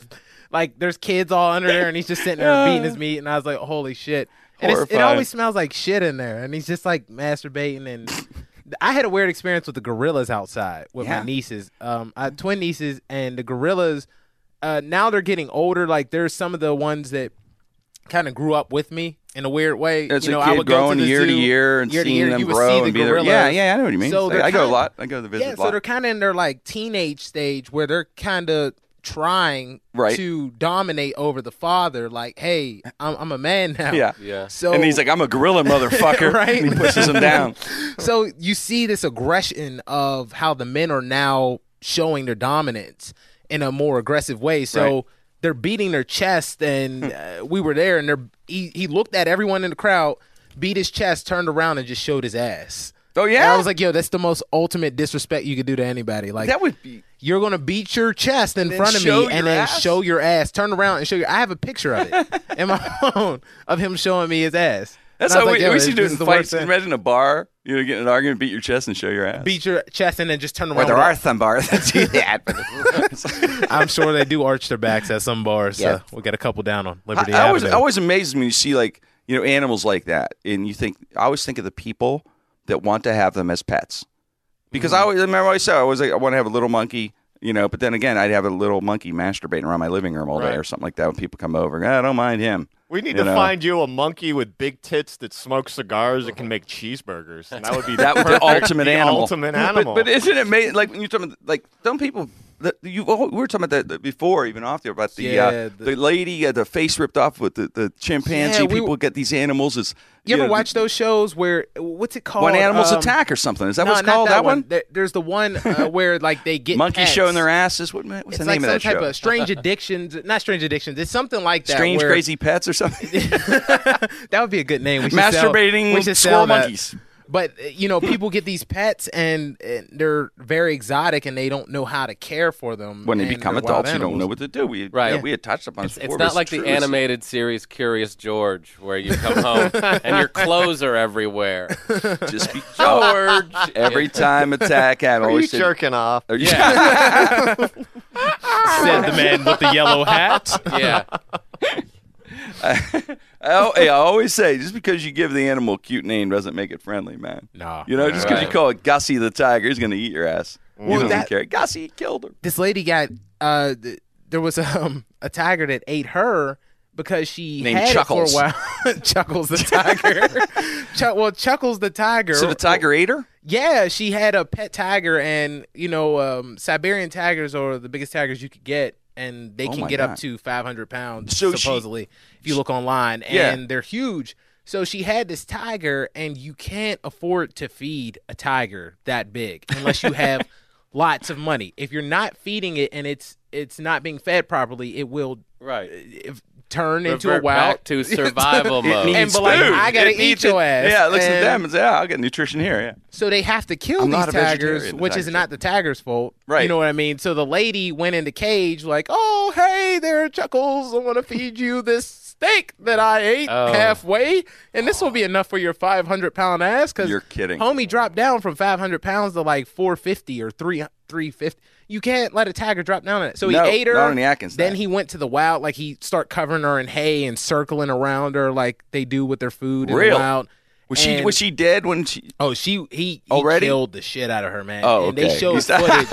Speaker 5: like there's kids all under there, and he's just sitting there beating his meat. And I was like, holy shit! And it's, it
Speaker 1: Horrifying.
Speaker 5: always smells like shit in there, and he's just like masturbating. And I had a weird experience with the gorillas outside with
Speaker 1: Yeah.
Speaker 5: my nieces. Um, I have twin nieces, and the gorillas. Uh, now they're getting older. Like there's some of the ones that kind of grew up with me in a weird way.
Speaker 1: As
Speaker 5: you know,
Speaker 1: a
Speaker 5: I
Speaker 1: kid
Speaker 5: would go
Speaker 1: growing
Speaker 5: to the
Speaker 1: year to
Speaker 5: zoo,
Speaker 1: year and
Speaker 5: year to
Speaker 1: seeing
Speaker 5: year,
Speaker 1: them
Speaker 5: you would
Speaker 1: grow
Speaker 5: see the
Speaker 1: and be there.
Speaker 5: gorillas.
Speaker 1: Yeah, yeah, I know what you mean.
Speaker 5: So
Speaker 1: I,
Speaker 5: they're
Speaker 1: I go a
Speaker 5: kind-
Speaker 1: lot. I go to visit
Speaker 5: Yeah,
Speaker 1: a lot.
Speaker 5: so they're kind of in their like teenage stage where they're kind of trying
Speaker 1: Right.
Speaker 5: to dominate over the father. Like, hey, I'm, I'm a man now.
Speaker 1: Yeah.
Speaker 3: Yeah.
Speaker 5: So
Speaker 1: and he's like, I'm a gorilla motherfucker.
Speaker 5: Right?
Speaker 1: And he pushes him down.
Speaker 5: so you see this aggression of how the men are now showing their dominance in a more aggressive way. So
Speaker 1: Right. Hmm.
Speaker 5: the they're beating their chest, and uh, we were there, and they're he, he looked at everyone in the crowd, beat his chest, turned around, and just showed his ass.
Speaker 1: Oh, yeah?
Speaker 5: And I was like, yo, that's the most ultimate disrespect you could do to anybody. Like
Speaker 1: That would be
Speaker 5: you're gonna beat your chest in
Speaker 1: Then
Speaker 5: front of
Speaker 1: show
Speaker 5: me
Speaker 1: your
Speaker 5: and then
Speaker 1: ass?
Speaker 5: show your ass. Turn around and show your. I have a picture of it in my phone of him showing me his ass.
Speaker 1: That's
Speaker 5: And I
Speaker 1: how
Speaker 5: was
Speaker 1: we,
Speaker 5: like, yo,
Speaker 1: we
Speaker 5: this-
Speaker 1: should do it
Speaker 5: this
Speaker 1: in
Speaker 5: is the worst
Speaker 1: fights.
Speaker 5: thing.
Speaker 1: Imagine a bar, you know, getting an argument, beat your chest, and show your ass.
Speaker 5: Beat your chest and then just turn around.
Speaker 1: or there
Speaker 5: with
Speaker 1: are some bars that do that. but-
Speaker 5: it. I'm sure they do arch their backs at some bars.
Speaker 1: Yeah.
Speaker 5: So we got a couple down on Liberty
Speaker 1: I, I always,
Speaker 5: Avenue.
Speaker 1: I always amazes me when you see like you know animals like that, and you think I always think of the people that want to have them as pets because I
Speaker 5: Mm-hmm.
Speaker 1: always remember I always said I was like I want to have a little monkey, you know. But then again, I'd have a little monkey masturbating around my living room all day
Speaker 4: Right.
Speaker 1: or something like that when people come over. "Ah, I don't mind him.
Speaker 4: We need
Speaker 1: You
Speaker 4: to
Speaker 1: know?
Speaker 4: find you a monkey with big tits that smokes cigars and can make cheeseburgers. And that would be
Speaker 1: That was the
Speaker 4: perfect-
Speaker 1: ultimate
Speaker 4: the
Speaker 1: animal.
Speaker 4: ultimate
Speaker 1: But-
Speaker 4: animal.
Speaker 1: But, isn't it amazing? Like when you're talking, about- like some people. that You oh, we were talking about that before, even off there about the uh,
Speaker 5: Yeah,
Speaker 1: the,
Speaker 5: the-
Speaker 1: lady uh, the face ripped off with the, the chimpanzee.
Speaker 5: Yeah, we
Speaker 1: people
Speaker 5: were-
Speaker 1: get these animals as
Speaker 5: you ever
Speaker 1: know,
Speaker 5: watch those shows where what's it called?
Speaker 1: When animals
Speaker 5: Um,
Speaker 1: attack or something. Is that
Speaker 5: no,
Speaker 1: what's
Speaker 5: not
Speaker 1: called?
Speaker 5: that,
Speaker 1: That one?
Speaker 5: There- There's the one uh, where like they get
Speaker 1: Monkey
Speaker 5: pets.
Speaker 1: showing their asses. What, what's
Speaker 5: It's
Speaker 1: the
Speaker 5: like
Speaker 1: name
Speaker 5: some
Speaker 1: of that
Speaker 5: type
Speaker 1: show?
Speaker 5: of strange addictions, not strange addictions. It's something like that.
Speaker 1: Strange,
Speaker 5: where-
Speaker 1: crazy pets or something.
Speaker 5: that would be a good name. We should sell-
Speaker 1: Masturbating
Speaker 5: we should
Speaker 1: squirrel
Speaker 5: sell that.
Speaker 1: monkeys.
Speaker 5: But uh, you know, people get these pets and, and they're very exotic and they don't know how to care for them.
Speaker 1: when they
Speaker 5: and
Speaker 1: become
Speaker 5: they're wild
Speaker 1: adults, you don't
Speaker 5: animals.
Speaker 1: know what to do. We
Speaker 3: Right.
Speaker 1: yeah, we had touched upon this
Speaker 3: It's,
Speaker 1: before.
Speaker 3: it's
Speaker 1: but
Speaker 3: not like
Speaker 1: true.
Speaker 3: the
Speaker 1: It's-
Speaker 3: animated series Curious George, where you come home and your clothes are everywhere.
Speaker 1: Just be
Speaker 3: George,
Speaker 1: every time attack happened.
Speaker 4: Are you
Speaker 1: always said-
Speaker 4: jerking off?
Speaker 1: Are you-
Speaker 3: yeah,
Speaker 5: Said the man with the yellow hat.
Speaker 3: yeah.
Speaker 1: I, al- Oh, hey, I always say, just because you give the animal a cute name doesn't make it friendly, man.
Speaker 5: Nah.
Speaker 1: You know, just because you
Speaker 3: Right.
Speaker 1: call it Gussie the tiger, he's going to eat your ass. You
Speaker 5: Well,
Speaker 1: don't
Speaker 5: that-
Speaker 1: care. Gussie killed her.
Speaker 5: This lady got uh, th- there was um, a tiger that ate her because she
Speaker 1: Named
Speaker 5: had
Speaker 1: Chuckles.
Speaker 5: it for a while. Chuckles the tiger. Chuck well, Chuckles the tiger.
Speaker 1: So the tiger ate her.
Speaker 5: Yeah, she had a pet tiger, and you know, um, Siberian tigers are the biggest tigers you could get, and they
Speaker 1: Oh
Speaker 5: can
Speaker 1: my
Speaker 5: get
Speaker 1: God.
Speaker 5: up to 500 pounds
Speaker 1: So she-
Speaker 5: supposedly if you look online,
Speaker 1: Yeah.
Speaker 5: and they're huge. So she had this tiger, and you can't afford to feed a tiger that big unless you have lots of money. If you're not feeding it and it's it's not being fed properly, it will
Speaker 3: Right.
Speaker 5: if, turn into a
Speaker 3: Revert
Speaker 5: wild
Speaker 3: back to survival
Speaker 1: It
Speaker 3: mode.
Speaker 1: needs
Speaker 5: but, like,
Speaker 1: food.
Speaker 5: I gotta
Speaker 1: It
Speaker 5: eat
Speaker 1: needs
Speaker 5: your
Speaker 1: it.
Speaker 5: ass.
Speaker 1: Yeah, it looks at
Speaker 5: And-
Speaker 1: them and say, "Yeah, I'll get nutrition here." Yeah.
Speaker 5: So they have to kill
Speaker 1: I'm
Speaker 5: these
Speaker 1: not a vegetarian,
Speaker 5: tigers,
Speaker 1: the
Speaker 5: which is
Speaker 1: tiger's
Speaker 5: not the tiger's fault.
Speaker 1: Right.
Speaker 5: You know what I mean? So the lady went in the cage like, "Oh, hey there, Chuckles. I want to feed you this steak that I ate
Speaker 3: Oh.
Speaker 5: halfway, and this will be enough for your 500 pound ass." Because
Speaker 1: You're kidding.
Speaker 5: Homie dropped down from 500 pounds to like 450 or three 350. You can't let a tiger drop down on it. So
Speaker 1: No,
Speaker 5: he ate her.
Speaker 1: not on the Atkins
Speaker 5: then
Speaker 1: diet.
Speaker 5: he went to the wild. Like he start covering her in hay and circling around her like they do with their food in the
Speaker 1: Real?
Speaker 5: wild.
Speaker 1: Was she
Speaker 5: And-
Speaker 1: was she dead when she?
Speaker 5: Oh, she he, he
Speaker 1: Already?
Speaker 5: killed the shit out of her, man.
Speaker 1: Oh,
Speaker 5: and
Speaker 1: okay.
Speaker 5: they showed
Speaker 1: He's-
Speaker 5: footage.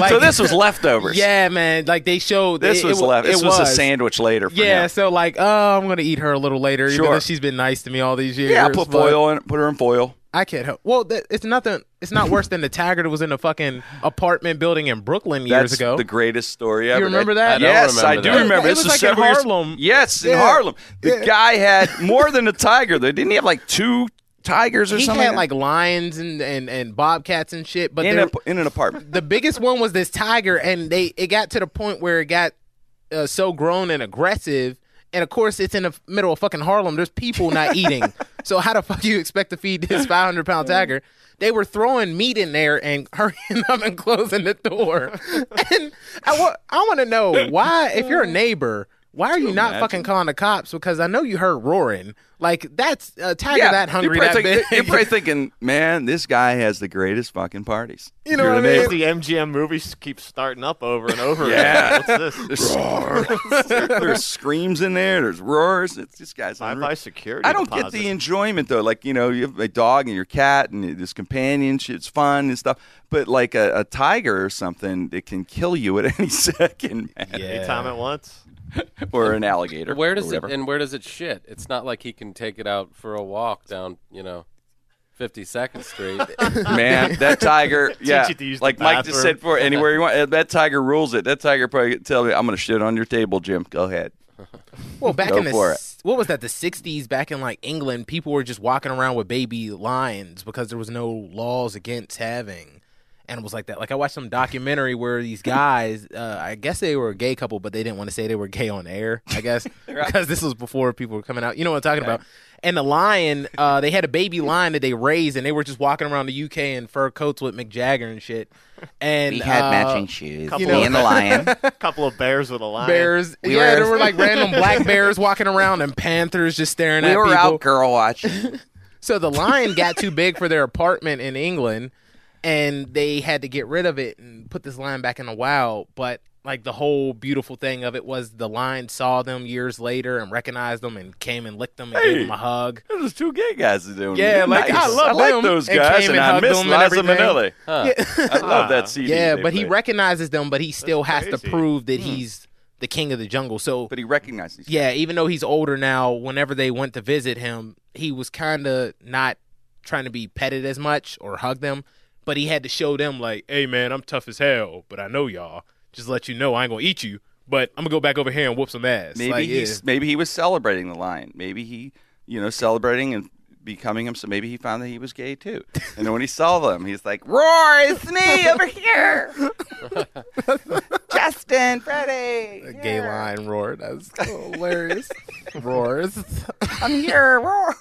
Speaker 5: Like-
Speaker 1: so this was leftovers.
Speaker 5: yeah, man. Like they showed
Speaker 1: this
Speaker 5: it,
Speaker 1: was
Speaker 5: it, wa-
Speaker 1: left.
Speaker 5: It
Speaker 1: This was, a sandwich later. For
Speaker 5: Yeah,
Speaker 1: him.
Speaker 5: so like, oh, I'm gonna eat her a little later. Even
Speaker 1: Sure.
Speaker 5: though she's been nice to me all these years.
Speaker 1: yeah. I put
Speaker 5: but
Speaker 1: foil in. Put her in foil.
Speaker 5: I can't help. Well, that, it's nothing. It's not worse than the tiger that was in a fucking apartment building in Brooklyn years
Speaker 1: That's
Speaker 5: ago.
Speaker 1: the greatest story ever.
Speaker 5: remember that? I don't
Speaker 1: yes, I
Speaker 3: remember
Speaker 1: do
Speaker 3: that.
Speaker 1: remember.
Speaker 5: It
Speaker 1: this
Speaker 5: was
Speaker 1: was
Speaker 5: like in
Speaker 1: several years-
Speaker 5: Harlem.
Speaker 1: Yes, in
Speaker 5: Yeah.
Speaker 1: Harlem, the
Speaker 5: Yeah.
Speaker 1: guy had more than a tiger. They didn't he have like two tigers or
Speaker 5: he
Speaker 1: something.
Speaker 5: had like lions and, and, and bobcats and shit, but
Speaker 1: in,
Speaker 5: there-
Speaker 1: a, in an apartment.
Speaker 5: the biggest one was this tiger, and they it got to the point where it got uh, so grown and aggressive. And of course, it's in the middle of fucking Harlem. There's people not eating. so how the fuck do you expect to feed this 500 pound tiger? They were throwing meat in there and hurrying up and closing the door. And I wa- I want to know why, if you're a neighbor, why are you not fucking calling the cops? Because I know you heard roaring. Like that's a tiger
Speaker 1: yeah,
Speaker 5: that hungry.
Speaker 1: You're
Speaker 5: That
Speaker 1: probably,
Speaker 5: big.
Speaker 1: think- you're probably thinking, man, this guy has the greatest fucking parties.
Speaker 5: You know
Speaker 1: You're
Speaker 5: what I
Speaker 1: the
Speaker 5: mean?
Speaker 1: neighbor.
Speaker 4: the MGM movies keep starting up over and over
Speaker 1: Yeah.
Speaker 4: again. What's this?
Speaker 1: There's, there's screams in there. There's roars. It's, this guy's
Speaker 4: Bye
Speaker 1: unreal.
Speaker 4: bye security.
Speaker 1: I don't get
Speaker 4: deposit.
Speaker 1: the enjoyment though. Like you know, you have a dog and your cat and this companionship, it's fun and stuff. But like a, a tiger or something, it can kill you at any second, man.
Speaker 4: anytime at once.
Speaker 1: or an alligator.
Speaker 3: Where does
Speaker 1: or
Speaker 3: it
Speaker 1: whatever.
Speaker 3: and where does it shit? It's not like he can take it out for a walk down, you know, 52nd Street.
Speaker 1: man? That tiger, yeah.
Speaker 4: you to use the
Speaker 1: Like Mike just
Speaker 4: bathroom.
Speaker 1: said, for anywhere you want. That tiger rules it. That tiger probably tell me, "I'm going to shit on your table, Jim. Go ahead."
Speaker 5: Well, back
Speaker 1: Go
Speaker 5: in the
Speaker 1: for it.
Speaker 5: s- what was that? The '60s, back in like England, people were just walking around with baby lions because there was no laws against having animals like that. Like I watched some documentary where these guys, uh, I guess they were a gay couple, but they didn't want to say they were gay on air. I guess because this was before people were coming out. You know what I'm talking about? And the lion, uh, they had a baby lion that they raised, and they were just walking around the UK in fur coats with Mick Jagger and shit. And
Speaker 6: We had
Speaker 5: uh,
Speaker 6: matching shoes.
Speaker 4: couple
Speaker 6: Me
Speaker 4: of-
Speaker 6: and the lion.
Speaker 4: A couple of bears with a lion.
Speaker 5: bears.
Speaker 6: We
Speaker 5: yeah,
Speaker 6: were-
Speaker 5: there were like random black bears walking around and panthers just staring
Speaker 6: we
Speaker 5: at
Speaker 6: were
Speaker 5: people.
Speaker 6: out girl watching.
Speaker 5: So the lion got too big for their apartment in England, and they had to get rid of it and put this lion back in the wild. But like the whole beautiful thing of it was the lion saw them years later and recognized them and came and licked them and
Speaker 1: Hey.
Speaker 5: gave them a hug.
Speaker 1: Those two gay guys are doing
Speaker 5: Yeah,
Speaker 1: it.
Speaker 5: like,
Speaker 1: Nice.
Speaker 5: I love
Speaker 1: like
Speaker 5: them.
Speaker 1: those
Speaker 5: And
Speaker 1: guys,
Speaker 5: came
Speaker 1: and,
Speaker 5: and
Speaker 1: I
Speaker 5: hugged
Speaker 1: miss
Speaker 5: them and
Speaker 1: Liza
Speaker 5: everything.
Speaker 1: Minnelli. I love that CD.
Speaker 5: Yeah,
Speaker 1: they
Speaker 5: but he
Speaker 1: played.
Speaker 5: recognizes them, but he still has to
Speaker 4: crazy.
Speaker 5: prove
Speaker 1: Hmm.
Speaker 5: that he's the king of the jungle. So
Speaker 1: but he recognized these.
Speaker 5: yeah, even though he's older now, whenever they went to visit him, he was kind of not trying to be petted as much or hug them, but he had to show them like, "Hey man, I'm tough as hell, but I know y'all. Just let you know I ain't going to eat you, but I'm going to go back over here and whoop some ass."
Speaker 1: Maybe
Speaker 5: like,
Speaker 1: he's maybe he was celebrating the lion. Maybe he, you know, celebrating and becoming him. So maybe he found that he was gay too. And then when he saw them, he's like,
Speaker 6: Roar, it's me over here. Justin, Freddie.
Speaker 5: yeah. A gay lion roar. That's hilarious. Roars.
Speaker 6: I'm here. Roar.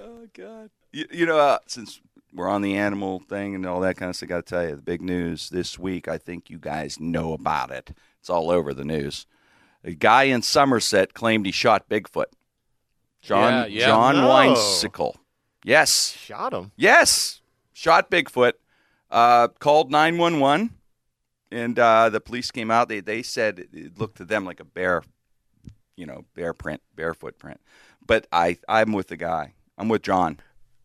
Speaker 1: "Oh God!" You, you know, uh, since we're on the animal thing and all that kind of stuff, I got to tell you, the big news this week. I think you guys know about it. It's all over the news. A guy in Somerset claimed he shot Bigfoot. John
Speaker 3: Yeah, yeah.
Speaker 1: John
Speaker 4: No.
Speaker 1: Weinsickle. Yes.
Speaker 4: Shot him.
Speaker 1: Yes, shot Bigfoot. Uh, called nine one one, and uh, the police came out. They they said it- it looked to them like a bear, you know, bear print, bear footprint. But I I'm with the guy. I'm with John.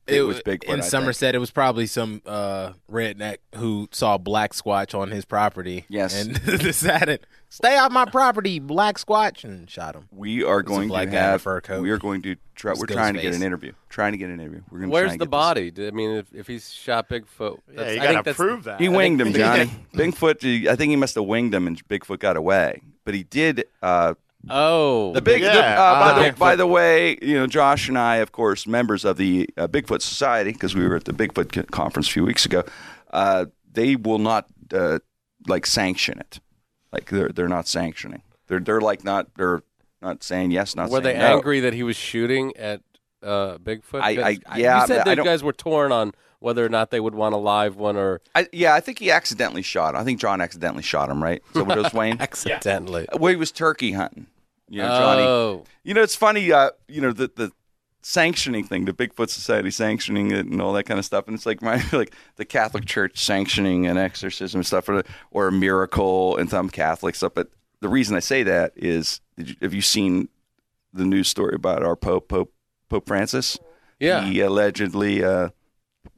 Speaker 1: It, was Bigfoot I
Speaker 5: In
Speaker 1: think.
Speaker 5: Somerset, it was probably some uh, redneck who saw a black squatch on his property.
Speaker 1: Yes.
Speaker 5: And decided, stay off my property, black squatch, and shot him.
Speaker 1: We are going
Speaker 5: black
Speaker 1: to
Speaker 5: guy in a
Speaker 1: have.
Speaker 5: fur coat.
Speaker 1: We are going to try.
Speaker 5: His
Speaker 1: We're
Speaker 5: ghost
Speaker 1: trying to get
Speaker 5: face.
Speaker 1: an interview. Trying to get an interview. We're going to.
Speaker 3: Where's the body? Did- I mean, if, if he's shot Bigfoot,
Speaker 4: Yeah,
Speaker 3: that's-
Speaker 4: you
Speaker 3: I think
Speaker 4: got to
Speaker 3: that's
Speaker 4: prove that.
Speaker 1: He winged him,
Speaker 4: think-
Speaker 1: Johnny. Bigfoot. he- I think he must have winged him, and Bigfoot got away. But he did. Uh,
Speaker 3: Oh,
Speaker 1: The big,
Speaker 4: Yeah.
Speaker 1: the- uh, by,
Speaker 4: Ah.
Speaker 1: the, by the way, you know, Josh and I, of course, members of the uh, Bigfoot Society, because we were at the Bigfoot co- conference a few weeks ago. Uh, they will not uh, like sanction it. Like they're they're not sanctioning. They're they're like not they're not saying yes, not
Speaker 3: were
Speaker 1: saying
Speaker 3: they
Speaker 1: no.
Speaker 3: angry that he was shooting at uh, Bigfoot?
Speaker 1: I- I-
Speaker 3: 'Cause
Speaker 1: yeah,
Speaker 3: you
Speaker 1: I
Speaker 3: said
Speaker 1: don't-
Speaker 3: those guys were torn on whether or not they would want a live one or
Speaker 1: I, yeah, I think he accidentally shot. Him. I think John accidentally shot him. Right? So what does Wayne?
Speaker 3: accidentally.
Speaker 1: Well, he was turkey hunting. You know, Johnny.
Speaker 3: Oh,
Speaker 1: You know, it's funny. Uh, you know, the the sanctioning thing, the Bigfoot Society sanctioning it, and all that kind of stuff. And it's like my like the Catholic Church sanctioning an exorcism and stuff, or, or a miracle, and some Catholic stuff. But the reason I say that is, did you, have you seen the news story about our Pope Pope Pope Francis?
Speaker 3: yeah.
Speaker 1: He allegedly, uh,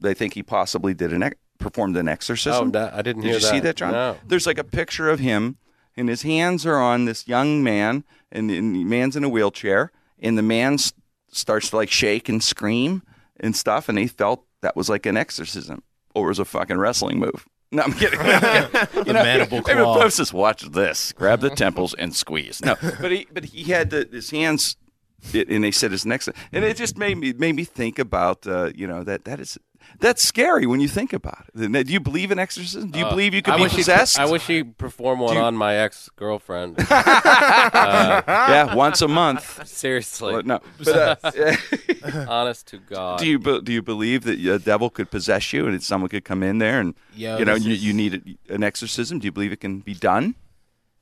Speaker 1: they think he possibly did an ex- performed an
Speaker 3: Oh,
Speaker 1: exorcism.
Speaker 3: no, I didn't
Speaker 1: Did
Speaker 3: hear
Speaker 1: you
Speaker 3: that.
Speaker 1: see that, John?
Speaker 3: No.
Speaker 1: There's like a picture of him, and his hands are on this young man, and, and the man's in a wheelchair, and the man s- starts to like shake and scream and stuff, and they felt that was like an exorcism or it was a fucking wrestling move. No, I'm kidding. I'm kidding.
Speaker 5: The mandible
Speaker 1: Maybe
Speaker 5: claw.
Speaker 1: Pope's just watch this, grab the temples and squeeze. No, but he but he had the, his hands, it, and they said his next, and it just made me made me think about uh, you know that that is that's scary when you think about it. And that- Do you believe in exorcism?
Speaker 5: Uh,
Speaker 1: Do you believe you could
Speaker 3: I
Speaker 1: be
Speaker 3: wish he-
Speaker 1: possessed?
Speaker 3: I wish he performed one
Speaker 1: Do you-
Speaker 3: on my ex girlfriend.
Speaker 1: yeah, once a month.
Speaker 3: Seriously,
Speaker 1: Well, no, but uh,
Speaker 3: honest to God.
Speaker 1: do you be- do you believe that a devil could possess you and that someone could come in there and
Speaker 5: Yo,
Speaker 1: you know
Speaker 5: this
Speaker 1: you,
Speaker 5: is-
Speaker 1: you need a, an exorcism? Do you believe it can be done?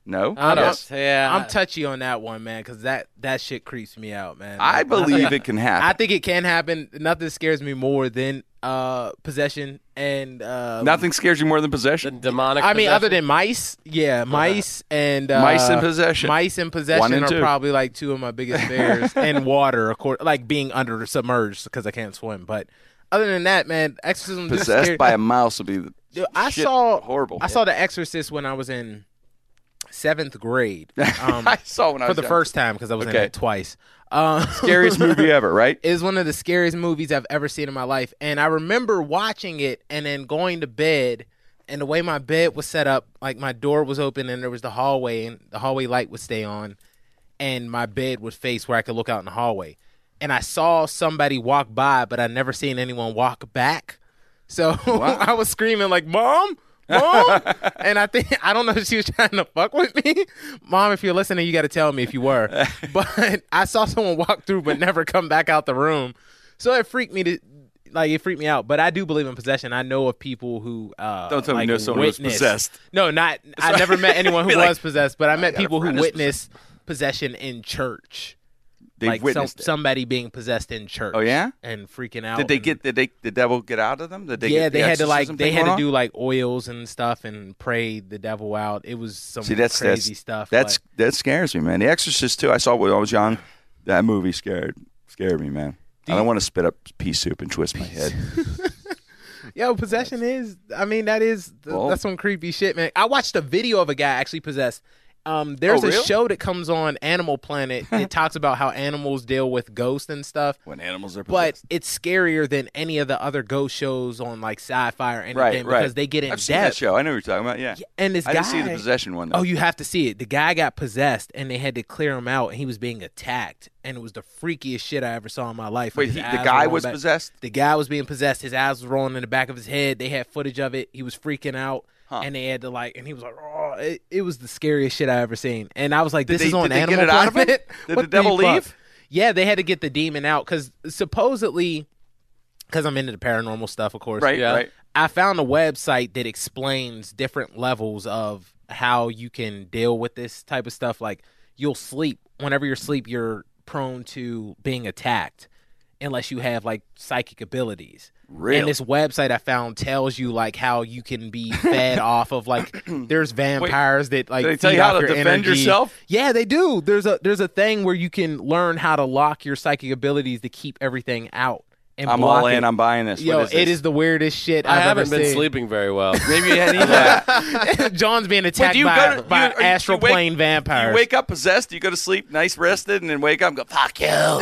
Speaker 1: No,
Speaker 5: I don't-
Speaker 1: Yes.
Speaker 3: yeah,
Speaker 5: I'm touchy on that one, man, because that that shit creeps me out, man.
Speaker 1: I
Speaker 5: Like,
Speaker 1: believe it can happen.
Speaker 5: I think it can happen. Nothing scares me more than uh possession and uh
Speaker 1: Nothing scares you more than
Speaker 3: the
Speaker 1: possession.
Speaker 3: demonic.
Speaker 5: I mean, other
Speaker 3: possession?
Speaker 5: than mice, yeah, mice and uh,
Speaker 1: Mice and possession.
Speaker 5: Mice and
Speaker 1: One
Speaker 5: possession
Speaker 1: and
Speaker 5: are
Speaker 1: two.
Speaker 5: probably like two of my biggest fears, and water, of course, like being under submerged because I can't swim. But other than that, man, exorcism just
Speaker 1: Possessed
Speaker 5: scared-
Speaker 1: by a mouse would be the
Speaker 5: Dude, I
Speaker 1: shit,
Speaker 5: saw
Speaker 1: horrible.
Speaker 5: I saw The Exorcist when I was in seventh grade um,
Speaker 1: I saw when I
Speaker 5: for
Speaker 1: was
Speaker 5: the
Speaker 1: young.
Speaker 5: first time because I was in
Speaker 1: Okay.
Speaker 5: it twice. Um,
Speaker 1: scariest movie ever, right?
Speaker 5: is one of the scariest movies I've ever seen in my life. And I remember watching it and then going to bed. And the way my bed was set up, like my door was open and there was the hallway, and the hallway light would stay on. And my bed would face where I could look out in the hallway. And I saw somebody walk by, but I never seen anyone walk back. So I was screaming like, "Mom, mom!" and I think I don't know if she was trying to fuck with me. Mom, if you're listening, you got to tell me if you were. but I saw someone walk through but never come back out the room. So it freaked me to like it freaked me out. But I do believe in possession. I know of people who uh,
Speaker 1: Don't tell me
Speaker 5: like,
Speaker 1: you know someone who's
Speaker 5: witnessed-
Speaker 1: possessed.
Speaker 5: No, not I never met anyone who
Speaker 1: Be like,
Speaker 5: was possessed, but I met
Speaker 1: got a
Speaker 5: people who
Speaker 1: friend that's
Speaker 5: witnessed possession in church.
Speaker 1: They
Speaker 5: like some,
Speaker 1: witnessed it.
Speaker 5: somebody being possessed in church.
Speaker 1: Oh, yeah?
Speaker 5: and freaking out.
Speaker 1: Did they
Speaker 5: and-
Speaker 1: get did they the devil get out of them? Did they
Speaker 5: yeah,
Speaker 1: get the
Speaker 5: they had to like
Speaker 1: exorcism
Speaker 5: they
Speaker 1: thing
Speaker 5: had to
Speaker 1: going
Speaker 5: do
Speaker 1: on?
Speaker 5: like oils and stuff and pray the devil out. It was some
Speaker 1: See, that's
Speaker 5: crazy
Speaker 1: that's,
Speaker 5: stuff.
Speaker 1: That's
Speaker 5: but-
Speaker 1: that scares me, man. The Exorcist too. I saw it when I was young. That movie scared scared me, man. I don't want to spit up pea soup and twist my head.
Speaker 5: yo possession is. I mean, that is th-
Speaker 1: Well-
Speaker 5: that's some creepy shit, man. I watched a video of a guy actually possessed. Um, there's
Speaker 1: Oh,
Speaker 5: a
Speaker 1: really?
Speaker 5: show that comes on Animal Planet. it talks about how animals deal with ghosts and stuff.
Speaker 1: when animals are
Speaker 5: but
Speaker 1: possessed.
Speaker 5: it's scarier than any of the other ghost shows on like sci-fi or anything
Speaker 1: right, right.
Speaker 5: because they get in
Speaker 1: I've
Speaker 5: depth.
Speaker 1: seen that show. I know what you're talking about. Yeah,
Speaker 5: And this
Speaker 1: I
Speaker 5: guy,
Speaker 1: didn't see the possession one. Though.
Speaker 5: Oh, you have to see it. The guy got possessed, and they had to clear him out, and he was being attacked, and it was the freakiest shit I ever saw in my life.
Speaker 1: wait.
Speaker 5: His
Speaker 1: He, the
Speaker 5: eyes were
Speaker 1: guy
Speaker 5: rolling
Speaker 1: was
Speaker 5: back-
Speaker 1: possessed.
Speaker 5: The guy was being possessed. His eyes was rolling in the back of his head. They had footage of it. He was freaking out,
Speaker 1: Huh.
Speaker 5: and they had to like, and he was like, "Oh, it, it was the scariest shit I ever seen." And I was like,
Speaker 1: Did
Speaker 5: "This
Speaker 1: they-
Speaker 5: is on
Speaker 1: did they get
Speaker 5: Animal
Speaker 1: it out of him?
Speaker 5: Planet."
Speaker 1: Did
Speaker 5: What
Speaker 1: the devil
Speaker 5: fuck?
Speaker 1: leave?
Speaker 5: Yeah, they had to get the demon out because supposedly, because I'm into the paranormal stuff, of course.
Speaker 1: Right,
Speaker 3: Yeah.
Speaker 1: right.
Speaker 5: I found a website that explains different levels of how you can deal with this type of stuff. Like you'll sleep whenever you're asleep, you're prone to being attacked unless you have like psychic abilities.
Speaker 1: Really?
Speaker 5: And this website I found tells you like how you can be fed off of like there's vampires that like
Speaker 1: did they tell
Speaker 5: feed
Speaker 1: you how
Speaker 5: off
Speaker 1: to
Speaker 5: your
Speaker 1: defend
Speaker 5: energy.
Speaker 1: yourself?
Speaker 5: Yeah, they do. There's a there's a thing where you can learn how to lock your psychic abilities to keep everything out. And
Speaker 1: I'm
Speaker 5: block
Speaker 1: all in.
Speaker 5: It.
Speaker 1: I'm buying this.
Speaker 5: Yo,
Speaker 1: what is this?
Speaker 5: it is the weirdest shit
Speaker 3: I
Speaker 5: I've
Speaker 3: haven't
Speaker 5: ever
Speaker 3: been
Speaker 5: seen.
Speaker 3: sleeping very well.
Speaker 1: Maybe you need that.
Speaker 5: John's being attacked
Speaker 1: do you
Speaker 5: by,
Speaker 1: go to-
Speaker 5: by
Speaker 1: you- are you-
Speaker 5: astral
Speaker 1: you wake-
Speaker 5: plane
Speaker 1: You
Speaker 5: vampires.
Speaker 1: wake up possessed. You go to sleep nice rested, and then wake up and go fuck you. Oh,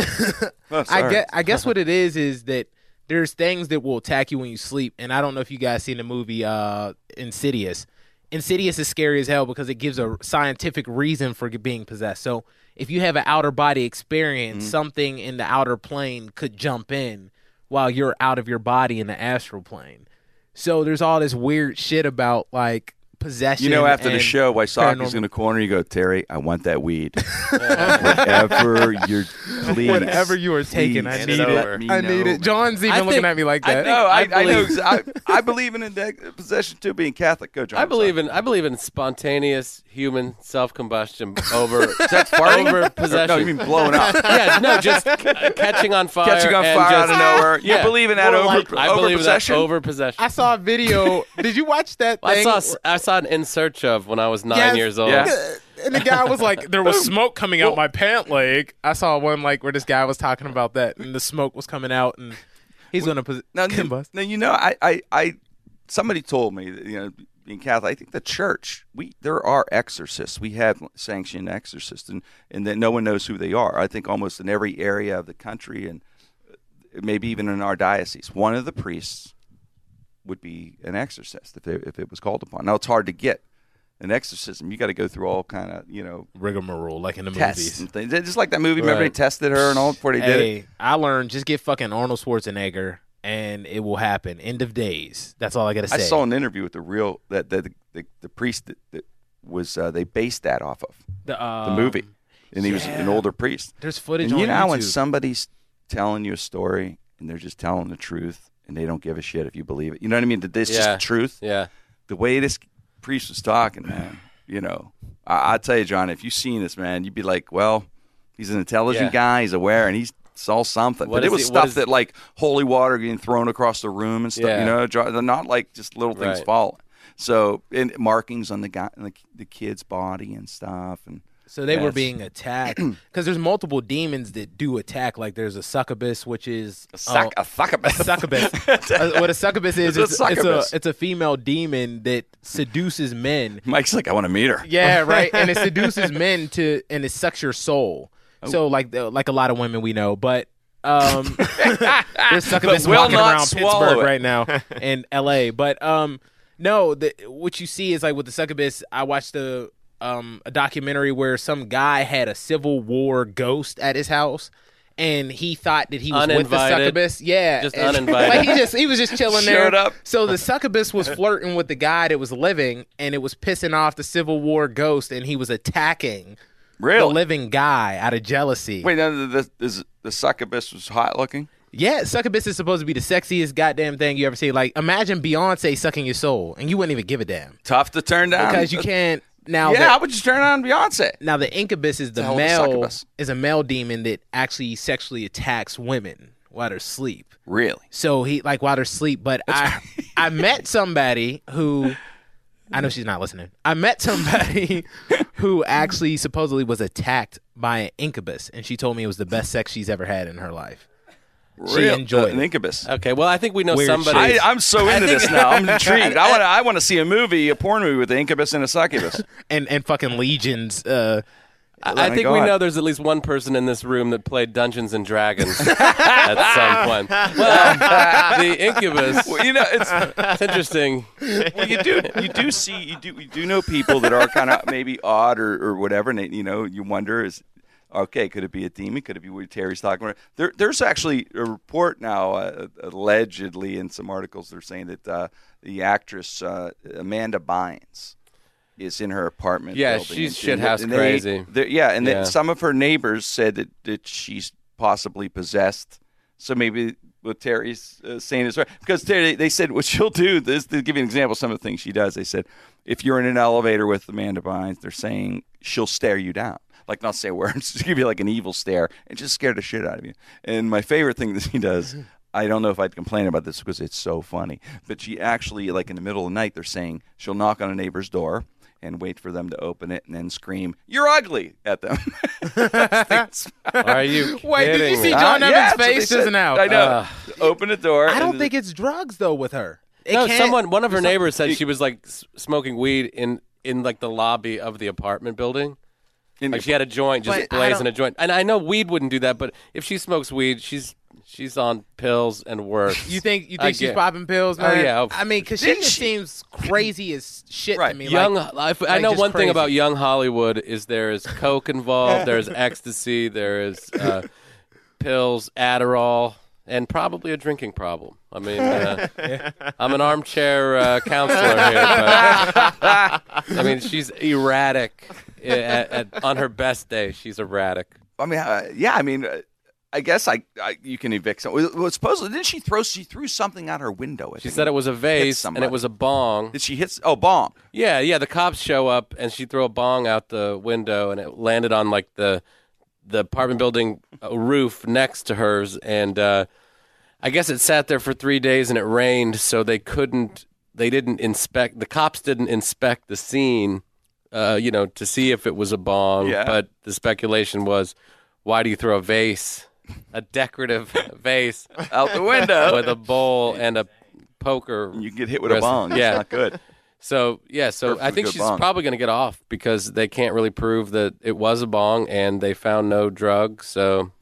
Speaker 5: I
Speaker 1: sorry.
Speaker 5: guess, I guess what it is is that there's things that will attack you when you sleep, and I don't know if you guys seen the movie uh, Insidious. Insidious is scary as hell because it gives a scientific reason for being possessed. So if you have an outer body experience,
Speaker 1: Mm-hmm.
Speaker 5: something in the outer plane could jump in while you're out of your body in the astral plane. So there's all this weird shit about like possession.
Speaker 1: You know, after the
Speaker 5: and
Speaker 1: show, Wysocki's
Speaker 5: paranormal-
Speaker 1: going to corner you. Go, Terry. I want that weed. Whatever you're, please.
Speaker 5: Whatever you are taking, I
Speaker 1: please
Speaker 5: need
Speaker 1: let
Speaker 5: it.
Speaker 1: me
Speaker 5: I need
Speaker 1: know,
Speaker 5: it.
Speaker 1: man.
Speaker 5: John's even
Speaker 3: I
Speaker 5: looking
Speaker 3: think-
Speaker 5: at me like
Speaker 3: I
Speaker 5: that.
Speaker 1: No, I,
Speaker 3: I
Speaker 1: I, know.
Speaker 3: believe-
Speaker 1: 'cause I, I believe in inde- possession too. Being Catholic, go John.
Speaker 3: I believe in I believe in spontaneous human self combustion over
Speaker 1: That's farting.
Speaker 3: over
Speaker 1: No,
Speaker 3: possession.
Speaker 1: you mean blowing up,
Speaker 3: yeah, no, just c- catching on fire.
Speaker 1: catching on
Speaker 3: and
Speaker 1: fire out
Speaker 3: just-
Speaker 1: of nowhere. You
Speaker 3: yeah.
Speaker 1: believe in that
Speaker 5: More
Speaker 1: over,
Speaker 5: like-
Speaker 3: I
Speaker 1: over
Speaker 3: believe
Speaker 1: possession?
Speaker 3: that over possession.
Speaker 5: I saw a video. Did you watch that
Speaker 3: I
Speaker 5: thing?
Speaker 3: saw s- I saw an in search of when I was nine
Speaker 5: Yes.
Speaker 3: years old.
Speaker 1: Yeah.
Speaker 5: And the guy was like, "There was smoke coming out my pant leg." I saw one like where this guy was talking about that, and the smoke was coming out, and he's gonna pos-
Speaker 1: Now, you-
Speaker 5: combust.
Speaker 1: now you know, I, I, I, somebody told me that you know, being Catholic, I think the church we there are exorcists. We have sanctioned exorcists, and and that no one knows who they are. I think almost in every area of the country, and uh, maybe even in our diocese, one of the priests would be an exorcist if it, if it was called upon. Now it's hard to get an exorcism. You got to go through all kind of you know
Speaker 5: Rigmarole, like in the
Speaker 1: tests and things. Just like that movie, remember they
Speaker 3: Right.
Speaker 1: tested her and all before they did it.
Speaker 5: Hey, I learned just get fucking Arnold Schwarzenegger, and it will happen. End of days. That's all I gotta say.
Speaker 1: I saw an interview with the real that that- the the, the priest that, that was uh, they based that off of
Speaker 5: the,
Speaker 1: the
Speaker 5: um,
Speaker 1: movie, and he was an older priest.
Speaker 5: There's footage
Speaker 1: And you
Speaker 5: on
Speaker 1: know how when
Speaker 5: YouTube.
Speaker 1: somebody's telling you a story and they're just telling the truth and they don't give a shit if you believe it. You know what I mean? That It's just
Speaker 3: Yeah.
Speaker 1: the truth.
Speaker 3: Yeah.
Speaker 1: The way this priest was talking, man. You know, I, I tell you, John, if you've seen this man, you'd be like, well, he's an intelligent
Speaker 3: Yeah.
Speaker 1: guy. He's aware, and he's saw something.
Speaker 3: What
Speaker 1: but it
Speaker 3: is
Speaker 1: was
Speaker 3: he- what
Speaker 1: stuff
Speaker 3: is-
Speaker 1: that like holy water getting thrown across the room and stuff.
Speaker 3: Yeah.
Speaker 1: You know, dr- they're not like just little things
Speaker 3: Right.
Speaker 1: falling. So and markings on the guy, on the, the kid's body and stuff, and
Speaker 5: So they were
Speaker 1: Yes.
Speaker 5: being attacked because there's multiple demons that do attack. Like there's a succubus, which is
Speaker 3: Oh.
Speaker 5: a
Speaker 1: suck a succubus.
Speaker 5: succubus. Uh, what a succubus is,
Speaker 1: It's
Speaker 5: it's,
Speaker 1: a
Speaker 5: it's a
Speaker 1: succubus.
Speaker 5: it's a female demon that seduces men.
Speaker 1: Mike's like, I want to meet her.
Speaker 5: Yeah, right. And it seduces men to and it sucks your soul. So like the- like a lot of women we know, but um there's succubus
Speaker 1: But will
Speaker 5: walking
Speaker 1: not
Speaker 5: around
Speaker 1: swallow
Speaker 5: Pittsburgh
Speaker 1: it.
Speaker 5: right now in LA. But um no, the, what you see is like with the succubus, I watched the um a documentary where some guy had a civil war ghost at his house and he thought that he was with the
Speaker 3: Uninvited.
Speaker 5: succubus. Yeah,
Speaker 3: Just
Speaker 5: and-
Speaker 3: uninvited.
Speaker 5: Like he just he was just chilling there.
Speaker 1: Showed up.
Speaker 5: So the succubus was flirting with the guy that was living, and it was pissing off the Civil War ghost, and he was attacking the
Speaker 1: Really?
Speaker 5: living guy out of jealousy.
Speaker 1: Wait, now the, the, is- the succubus was hot looking?
Speaker 5: Yeah, succubus is supposed to be the sexiest goddamn thing you ever see. Like imagine Beyonce sucking your soul, and you wouldn't even give a damn
Speaker 1: Tough to turn down.
Speaker 5: because you can't. Now
Speaker 1: Yeah,
Speaker 5: that-
Speaker 1: I would just turn on Beyonce.
Speaker 5: Now the incubus is the
Speaker 1: hell is
Speaker 5: male
Speaker 1: succubus?
Speaker 5: is a male demon that actually sexually attacks women while they're asleep.
Speaker 1: Really?
Speaker 5: So he like while they're asleep. But I I met somebody who I know she's not listening. I met somebody who actually supposedly was attacked by an incubus, and she told me it was the best sex she's ever had in her life. She
Speaker 1: Real-
Speaker 3: uh,
Speaker 1: an
Speaker 5: enjoyed it.
Speaker 1: Uh,
Speaker 5: Uh,
Speaker 1: incubus.
Speaker 3: Okay, well, I think we know
Speaker 5: Weird
Speaker 3: somebody.
Speaker 1: I, I'm so into this now. I'm intrigued. I want to. I want to see a movie, a porn movie with an incubus and a succubus.
Speaker 5: and and fucking legions. Uh,
Speaker 3: I
Speaker 1: my
Speaker 3: think we
Speaker 1: God.
Speaker 3: know there's at least one person in this room that played Dungeons and Dragons at some point. Well, the incubus.
Speaker 1: Well, you know, it's
Speaker 3: It's interesting.
Speaker 1: well, you do you do see you do you do know people that are kind of maybe odd or, or whatever, and it, you know you wonder is okay, could it be a demon? Could it be what Terry's talking about? There, there's actually a report now, uh, allegedly in some articles, they're saying that uh, the actress uh, Amanda Bynes is in her apartment.
Speaker 3: Yeah,
Speaker 1: building,
Speaker 3: she's
Speaker 1: and- and
Speaker 3: shithouse
Speaker 1: they-
Speaker 3: crazy.
Speaker 1: they- yeah, and
Speaker 3: Yeah.
Speaker 1: That some of her neighbors said that that she's possibly possessed. So maybe what Terry's uh, saying is right because Terry they said what she'll do. This to give you an example, of some of the things she does. They said if you're in an elevator with Amanda Bynes, they're saying she'll stare you down. Like not say words, just give you like an evil stare and just scare the shit out of you. And my favorite thing that she does, I don't know if I'd complain about this because it's so funny, but she actually like in the middle of the night, they're saying she'll knock on a neighbor's door and wait for them to open it and then scream, "You're ugly!" at them.
Speaker 3: Are you
Speaker 5: Wait, did you
Speaker 3: kidding me?
Speaker 5: see- John
Speaker 1: Ah,
Speaker 5: Evans'
Speaker 1: that's what
Speaker 5: face
Speaker 1: they said.
Speaker 5: isn't out.
Speaker 1: I know.
Speaker 3: Uh,
Speaker 1: Open the door.
Speaker 5: I don't
Speaker 1: and-
Speaker 5: think it's drugs though with her. It
Speaker 3: No,
Speaker 5: can't-
Speaker 3: someone. One of her neighbors said she was like s- smoking weed in in like the lobby of the apartment building.
Speaker 1: and-
Speaker 3: Like she had a joint, just
Speaker 5: But I
Speaker 3: blazing a
Speaker 5: don't-
Speaker 3: joint. And I know weed wouldn't do that, but if she smokes weed, she's she's on pills and worse.
Speaker 5: You think you
Speaker 3: I
Speaker 5: think she's
Speaker 3: get-
Speaker 5: popping pills,
Speaker 3: Oh,
Speaker 5: man?
Speaker 3: yeah, oh,
Speaker 5: I mean, because she,
Speaker 1: Did
Speaker 5: just
Speaker 1: she-
Speaker 5: seems crazy as shit
Speaker 1: Right.
Speaker 5: to me.
Speaker 3: Young,
Speaker 5: like,
Speaker 3: I f I I
Speaker 5: like
Speaker 3: know
Speaker 5: just
Speaker 3: one
Speaker 5: crazy.
Speaker 3: thing about young Hollywood is there is coke involved, there is ecstasy, there is uh, pills, Adderall, and probably a drinking problem. I mean, uh, I'm an armchair uh, counselor here. But, I mean, she's erratic. I- At, at, on her best day, she's erratic.
Speaker 1: I mean, uh, yeah. I mean, uh, I guess I, I you can evict someone. Well, supposedly, didn't she throw? She threw something out her window. I
Speaker 3: She said it was a vase and
Speaker 1: somebody.
Speaker 3: it was a bong.
Speaker 1: Did she hit? Oh, bomb.
Speaker 3: Yeah, yeah. The cops show up and she threw a bong out the window and it landed on like the the apartment building uh, roof next to hers and uh, I guess it sat there for three days and it rained so they couldn't they didn't inspect the cops didn't inspect the scene uh, you know to see if it was a bong
Speaker 1: Yeah.
Speaker 3: but the speculation was why do you throw a vase a decorative vase
Speaker 1: Out the window.
Speaker 3: with a bowl and a poker
Speaker 1: you get hit with a
Speaker 3: rest-
Speaker 1: bong.
Speaker 3: yeah
Speaker 1: it's not good.
Speaker 3: so yeah, so
Speaker 1: Perfectly
Speaker 3: I think
Speaker 1: good
Speaker 3: she's
Speaker 1: bong.
Speaker 3: probably going to get off because they can't really prove that it was a bong and they found no drug. So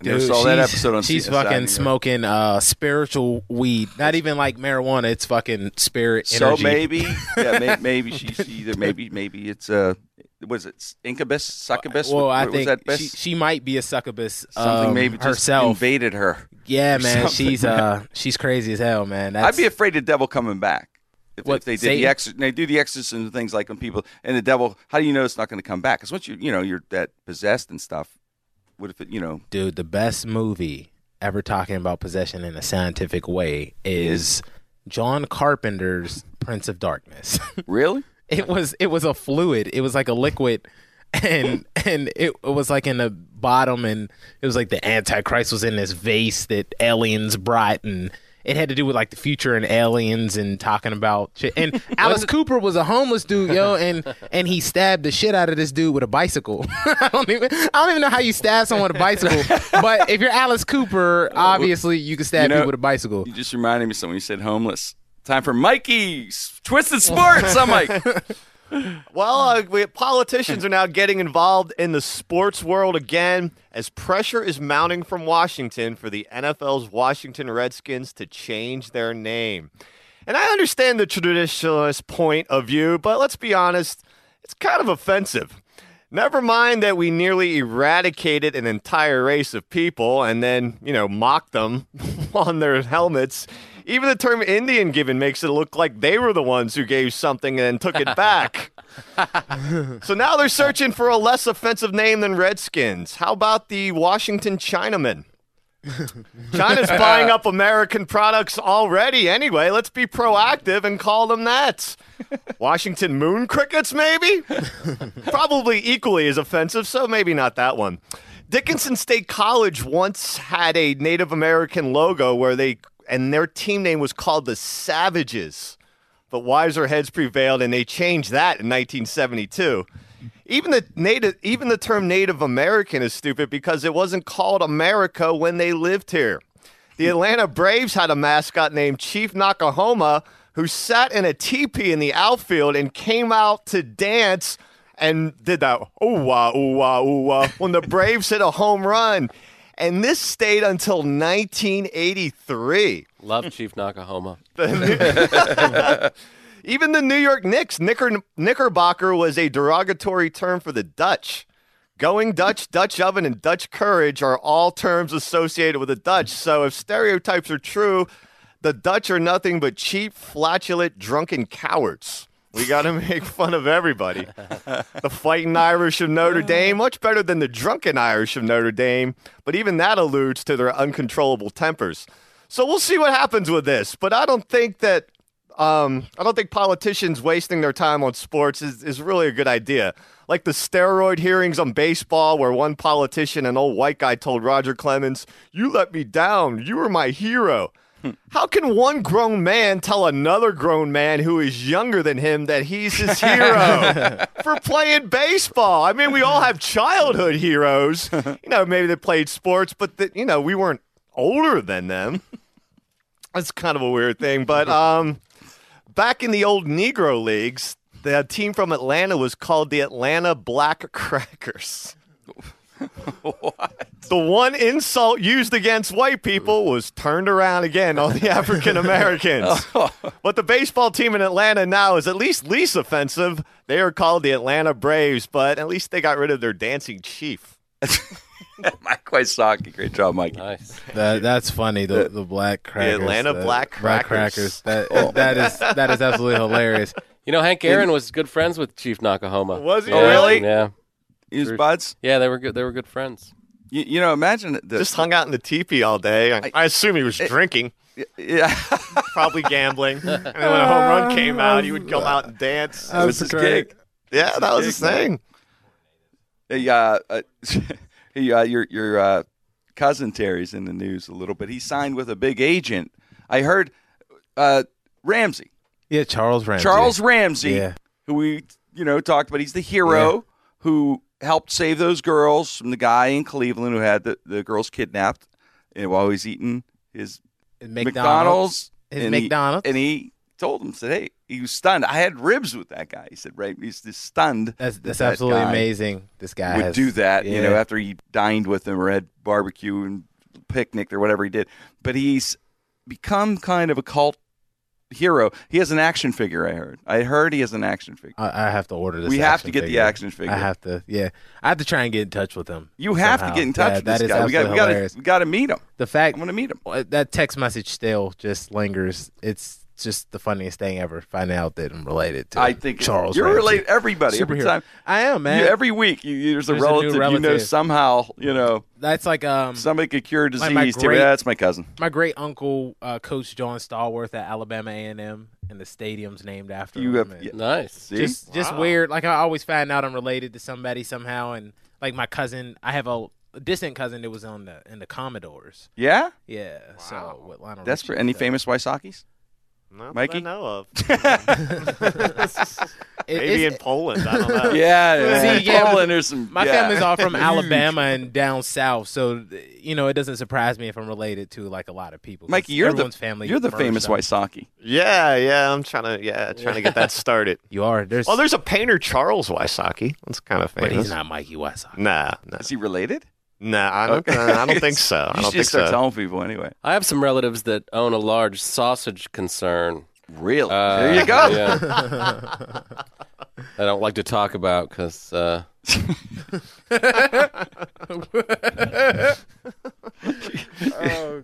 Speaker 1: I never saw that
Speaker 5: she's-
Speaker 1: episode on.
Speaker 5: She's
Speaker 1: CSI
Speaker 5: fucking
Speaker 1: anyway.
Speaker 5: smoking uh, spiritual weed. Not even like marijuana. It's fucking spirit
Speaker 1: So
Speaker 5: energy.
Speaker 1: maybe, yeah, may, maybe she's either maybe maybe it's uh, was it incubus, succubus?
Speaker 5: Well,
Speaker 1: What-
Speaker 5: I
Speaker 1: what was that
Speaker 5: think
Speaker 1: best?
Speaker 5: she, she might be a succubus.
Speaker 1: Something
Speaker 5: um,
Speaker 1: maybe just
Speaker 5: herself.
Speaker 1: invaded her.
Speaker 5: yeah, man.
Speaker 1: something,
Speaker 5: She's uh, she's crazy as hell, man. That's,
Speaker 1: I'd be afraid of devil coming back. If,
Speaker 5: What,
Speaker 1: if they did
Speaker 5: Satan?
Speaker 1: the exor- they do the exorcism and things like when people and the devil, how do you know it's not going to come back? Because once you you know you're that possessed and stuff, what if it you know
Speaker 5: dude. The best movie ever talking about possession in a scientific way is John Carpenter's Prince of Darkness.
Speaker 1: really?
Speaker 5: it was it was a fluid. It was like a liquid, and and it, it was like in the bottom, and it was like the Antichrist was in this vase that aliens brought, and it had to do with like the future and aliens and talking about shit. And Alice Cooper was a homeless dude, yo, and and he stabbed the shit out of this dude with a bicycle. I don't even I don't even know how you stab someone with a bicycle, but if you're Alice Cooper, obviously you can
Speaker 1: Uh,
Speaker 5: stab
Speaker 1: You know-
Speaker 5: people with a bicycle.
Speaker 1: You just reminded me of something you said homeless. Time for Mikey's Twisted Sports. I'm Mike.
Speaker 4: Well, uh, we, politicians are now getting involved in the sports world again as pressure is mounting from Washington for the NFL's Washington Redskins to change their name. And I understand the traditionalist point of view, but let's be honest, it's kind of offensive. Never mind that we nearly eradicated an entire race of people and then, you know, mocked them on their helmets. Even the term Indian given makes it look like they were the ones who gave something and then took it back. so now they're searching for a less offensive name than Redskins. How about the Washington Chinamen? China's buying up American products already anyway. Let's be proactive and call them that. Washington moon crickets, maybe? Probably equally as offensive, so maybe not that one. Dickinson State College once had a Native American logo where they and their team name was called the Savages. But wiser heads prevailed and they changed that in 1972. Even the native even the term Native American is stupid because it wasn't called America when they lived here. The Atlanta Braves had a mascot named Chief Nakahoma who sat in a teepee in the outfield and came out to dance and did that ooh wah ooh wah ooh wah when the Braves hit a home run. And this stayed until 1983.
Speaker 3: Love Chief Nakahoma.
Speaker 4: Even the New York Knicks, knicker, Knickerbocker was a derogatory term for the Dutch. Going Dutch, Dutch oven, and Dutch courage are all terms associated with the Dutch. So if stereotypes are true, the Dutch are nothing but cheap, flatulent, drunken cowards. We got to make fun of everybody. The fighting Irish of Notre Dame, much better than the drunken Irish of Notre Dame, but even that alludes to their uncontrollable tempers. So we'll see what happens with this. But I don't think that um, I don't think politicians wasting their time on sports is, is really a good idea. Like the steroid hearings on baseball, where one politician, an old white guy, told Roger Clemens, You let me down. You were my hero. How can one grown man tell another grown man who is younger than him that he's his hero for playing baseball? I mean, we all have childhood heroes. You know, maybe they played sports, but, that you know, we weren't older than them. That's kind of a weird thing, but um, back in the old Negro leagues, the team from Atlanta was called the Atlanta Black Crackers. The one insult used against white people was turned around again on the African Americans. But the baseball team in Atlanta now is at least least offensive. They are called the Atlanta Braves, but at least they got rid of their dancing chief.
Speaker 1: Mike Wysocki. Great job, Mikey.
Speaker 3: Nice.
Speaker 5: That, that's funny. The, the black crackers.
Speaker 4: Atlanta
Speaker 5: the
Speaker 4: Black Crackers.
Speaker 5: That
Speaker 1: Oh.
Speaker 5: that is that is absolutely hilarious.
Speaker 3: You know, Hank Aaron was good friends with Chief Nakahoma.
Speaker 4: Was he
Speaker 3: yeah,
Speaker 4: really?
Speaker 3: Yeah.
Speaker 1: Use buds.
Speaker 3: Yeah, they were good. They were good friends.
Speaker 1: You, you know, imagine the,
Speaker 4: Just hung out in the teepee all day. I, I assume he was drinking,
Speaker 1: yeah.
Speaker 4: probably gambling. And then when a home run came out, he would come out and dance.
Speaker 1: It was his
Speaker 5: great.
Speaker 1: gig.
Speaker 4: Yeah, that was his thing.
Speaker 1: Hey, uh, uh, hey, uh, your your uh, cousin Terry's in the news a little bit. He signed with a big agent. I heard uh, Ramsey,
Speaker 5: Yeah, Charles Ramsey.
Speaker 1: Charles Ramsey,
Speaker 5: Yeah.
Speaker 1: who we you know talked about. He's the hero who helped save those girls from the guy in Cleveland who had the, the girls kidnapped and while he was eating his McDonald's.
Speaker 5: His
Speaker 1: and
Speaker 5: McDonald's.
Speaker 1: He, and he told him, said, hey, he was stunned. I had ribs with that guy. He said, right, he's just stunned.
Speaker 5: That's that's
Speaker 1: that
Speaker 5: absolutely
Speaker 1: guy
Speaker 5: amazing. This guy
Speaker 1: Would
Speaker 5: has-
Speaker 1: do that, you know,
Speaker 5: yeah.
Speaker 1: after he dined with him or had barbecue and picnicked or whatever he did. But he's become kind of a cult hero. He has an action figure, I heard. I heard he has an action figure.
Speaker 5: I, I have to order this.
Speaker 1: We have to
Speaker 5: action
Speaker 1: get the
Speaker 5: figure.
Speaker 1: action figure.
Speaker 5: I have to. Yeah, I have to try and get in touch with him.
Speaker 1: You have
Speaker 5: somehow.
Speaker 1: to get in touch
Speaker 5: Yeah,
Speaker 1: with
Speaker 5: that
Speaker 1: this
Speaker 5: is
Speaker 1: guy. We got,
Speaker 5: absolutely
Speaker 1: we got
Speaker 5: hilarious.
Speaker 1: to, we got to meet him.
Speaker 5: The fact
Speaker 1: I'm going to meet him.
Speaker 5: Well, that text message still just lingers. It's just the funniest thing ever. Finding out that I'm related to
Speaker 1: I think
Speaker 5: Charles.
Speaker 1: You're
Speaker 5: Ramsey.
Speaker 1: related. Everybody every
Speaker 5: Superhero.
Speaker 1: time.
Speaker 5: I am
Speaker 1: You,
Speaker 5: man.
Speaker 1: every week, you, there's a
Speaker 5: There's a new
Speaker 1: relative, you know
Speaker 5: relative.
Speaker 1: somehow. You know
Speaker 5: That's like um
Speaker 1: somebody could cure disease.
Speaker 5: my
Speaker 1: too.
Speaker 5: great-
Speaker 1: Yeah, that's my cousin.
Speaker 5: my great uncle, uh, Coach John Stallworth at Alabama A&M, and the stadium's named after
Speaker 1: You
Speaker 5: him.
Speaker 1: have-
Speaker 5: and-
Speaker 1: yeah.
Speaker 3: Nice.
Speaker 1: See,
Speaker 5: just just weird. Like I always find out I'm related to somebody somehow, and like my cousin, I have a distant cousin that was on the in the Commodores.
Speaker 1: yeah,
Speaker 5: Yeah, so with Lionel.
Speaker 1: that's
Speaker 5: Richie
Speaker 1: for
Speaker 5: and
Speaker 1: any
Speaker 5: stuff.
Speaker 1: famous Wysockies.
Speaker 4: Not that
Speaker 1: Mikey?
Speaker 4: I know of.
Speaker 5: It-
Speaker 4: Maybe
Speaker 5: it's-
Speaker 4: in Poland. I don't know.
Speaker 1: Yeah,
Speaker 5: See, yeah, but
Speaker 1: Poland or some.
Speaker 5: My
Speaker 1: yeah.
Speaker 5: family's all from Alabama and down south, so th- you know it doesn't surprise me if I'm related to like a lot of people. 'cause
Speaker 1: Mikey, you're the
Speaker 5: everyone's family.
Speaker 1: You're the
Speaker 5: first,
Speaker 1: famous
Speaker 5: so-
Speaker 1: Wysocki.
Speaker 4: Yeah, yeah. I'm trying to yeah, trying to get that started.
Speaker 5: You are. There's,
Speaker 4: Well, there's a painter Charles Wysocki. That's kind of famous.
Speaker 5: but he's not Mikey Westside.
Speaker 4: Nah, nah,
Speaker 1: Is he related?
Speaker 4: nah. I don't.
Speaker 1: Okay.
Speaker 4: uh, I don't think so. I
Speaker 1: You should
Speaker 4: don't think
Speaker 1: just start
Speaker 4: so.
Speaker 1: telling people anyway.
Speaker 3: I have some relatives that own a large sausage concern.
Speaker 1: Really?
Speaker 3: Uh,
Speaker 1: there you go.
Speaker 3: yeah. I don't like to talk about because uh,
Speaker 4: Oh,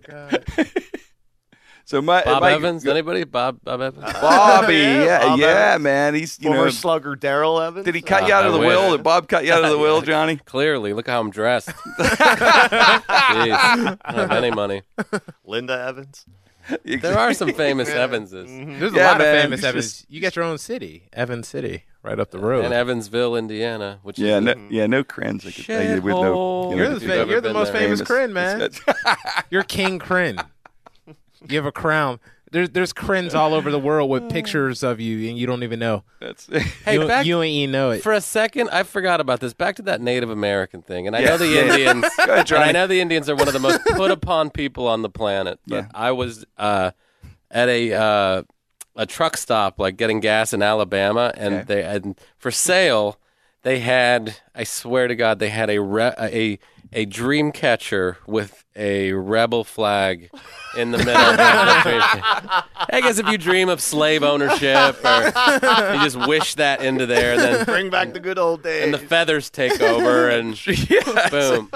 Speaker 1: So my
Speaker 3: Bob
Speaker 1: my-
Speaker 3: Evans. Anybody? Bob Bob Evans.
Speaker 1: Bobby, yeah, yeah,
Speaker 4: Bob
Speaker 1: man. He's you
Speaker 4: Former
Speaker 1: know,
Speaker 4: slugger Daryl Evans.
Speaker 1: did he cut
Speaker 3: Uh,
Speaker 1: you out of
Speaker 3: I
Speaker 1: the
Speaker 3: wish.
Speaker 1: will? Did Bob cut you out of the will, Johnny?
Speaker 3: Clearly, look how I'm dressed. Jeez, I don't have any money.
Speaker 4: Linda Evans.
Speaker 3: There are some famous Evanses
Speaker 5: There's
Speaker 1: Mm. Yeah,
Speaker 5: a lot
Speaker 1: man,
Speaker 5: of famous
Speaker 1: it's
Speaker 5: Evans.
Speaker 1: just-
Speaker 5: you got your own city, Evans City, right up the road.
Speaker 3: in Evansville, Indiana, which
Speaker 1: Yeah,
Speaker 3: is
Speaker 1: no, yeah, no crayons. Like, uh, with no, you
Speaker 3: Shithole.
Speaker 1: know,
Speaker 5: you're the,
Speaker 3: If
Speaker 1: if
Speaker 5: fa-
Speaker 3: you've
Speaker 5: you're
Speaker 3: ever
Speaker 5: the
Speaker 3: been
Speaker 5: most
Speaker 3: there.
Speaker 5: famous
Speaker 1: famous-
Speaker 5: Kryn, man. You're King Kryn. You have a crown. There's there's Kryns all over the world with pictures of you, and you don't even know.
Speaker 1: That's
Speaker 3: Hey,
Speaker 5: you,
Speaker 3: back-
Speaker 5: you ain't even know it.
Speaker 3: For a second, I forgot about this. Back to that Native American thing, and I
Speaker 1: Yeah.
Speaker 3: know the
Speaker 1: Yeah.
Speaker 3: Indians.
Speaker 1: ahead,
Speaker 3: and
Speaker 1: Johnny.
Speaker 3: I know the Indians are one of the most put upon people on the planet. But
Speaker 1: Yeah.
Speaker 3: I was uh, at a uh, a truck stop, like getting gas in Alabama, and
Speaker 1: Okay.
Speaker 3: they and for sale they had. I swear to God, they had a re- a a dream catcher with a rebel flag in the middle. of the dream. I guess if you dream of slave ownership, or you just wish that into there, then
Speaker 4: Bring back the good old days.
Speaker 3: and the feathers take over and boom.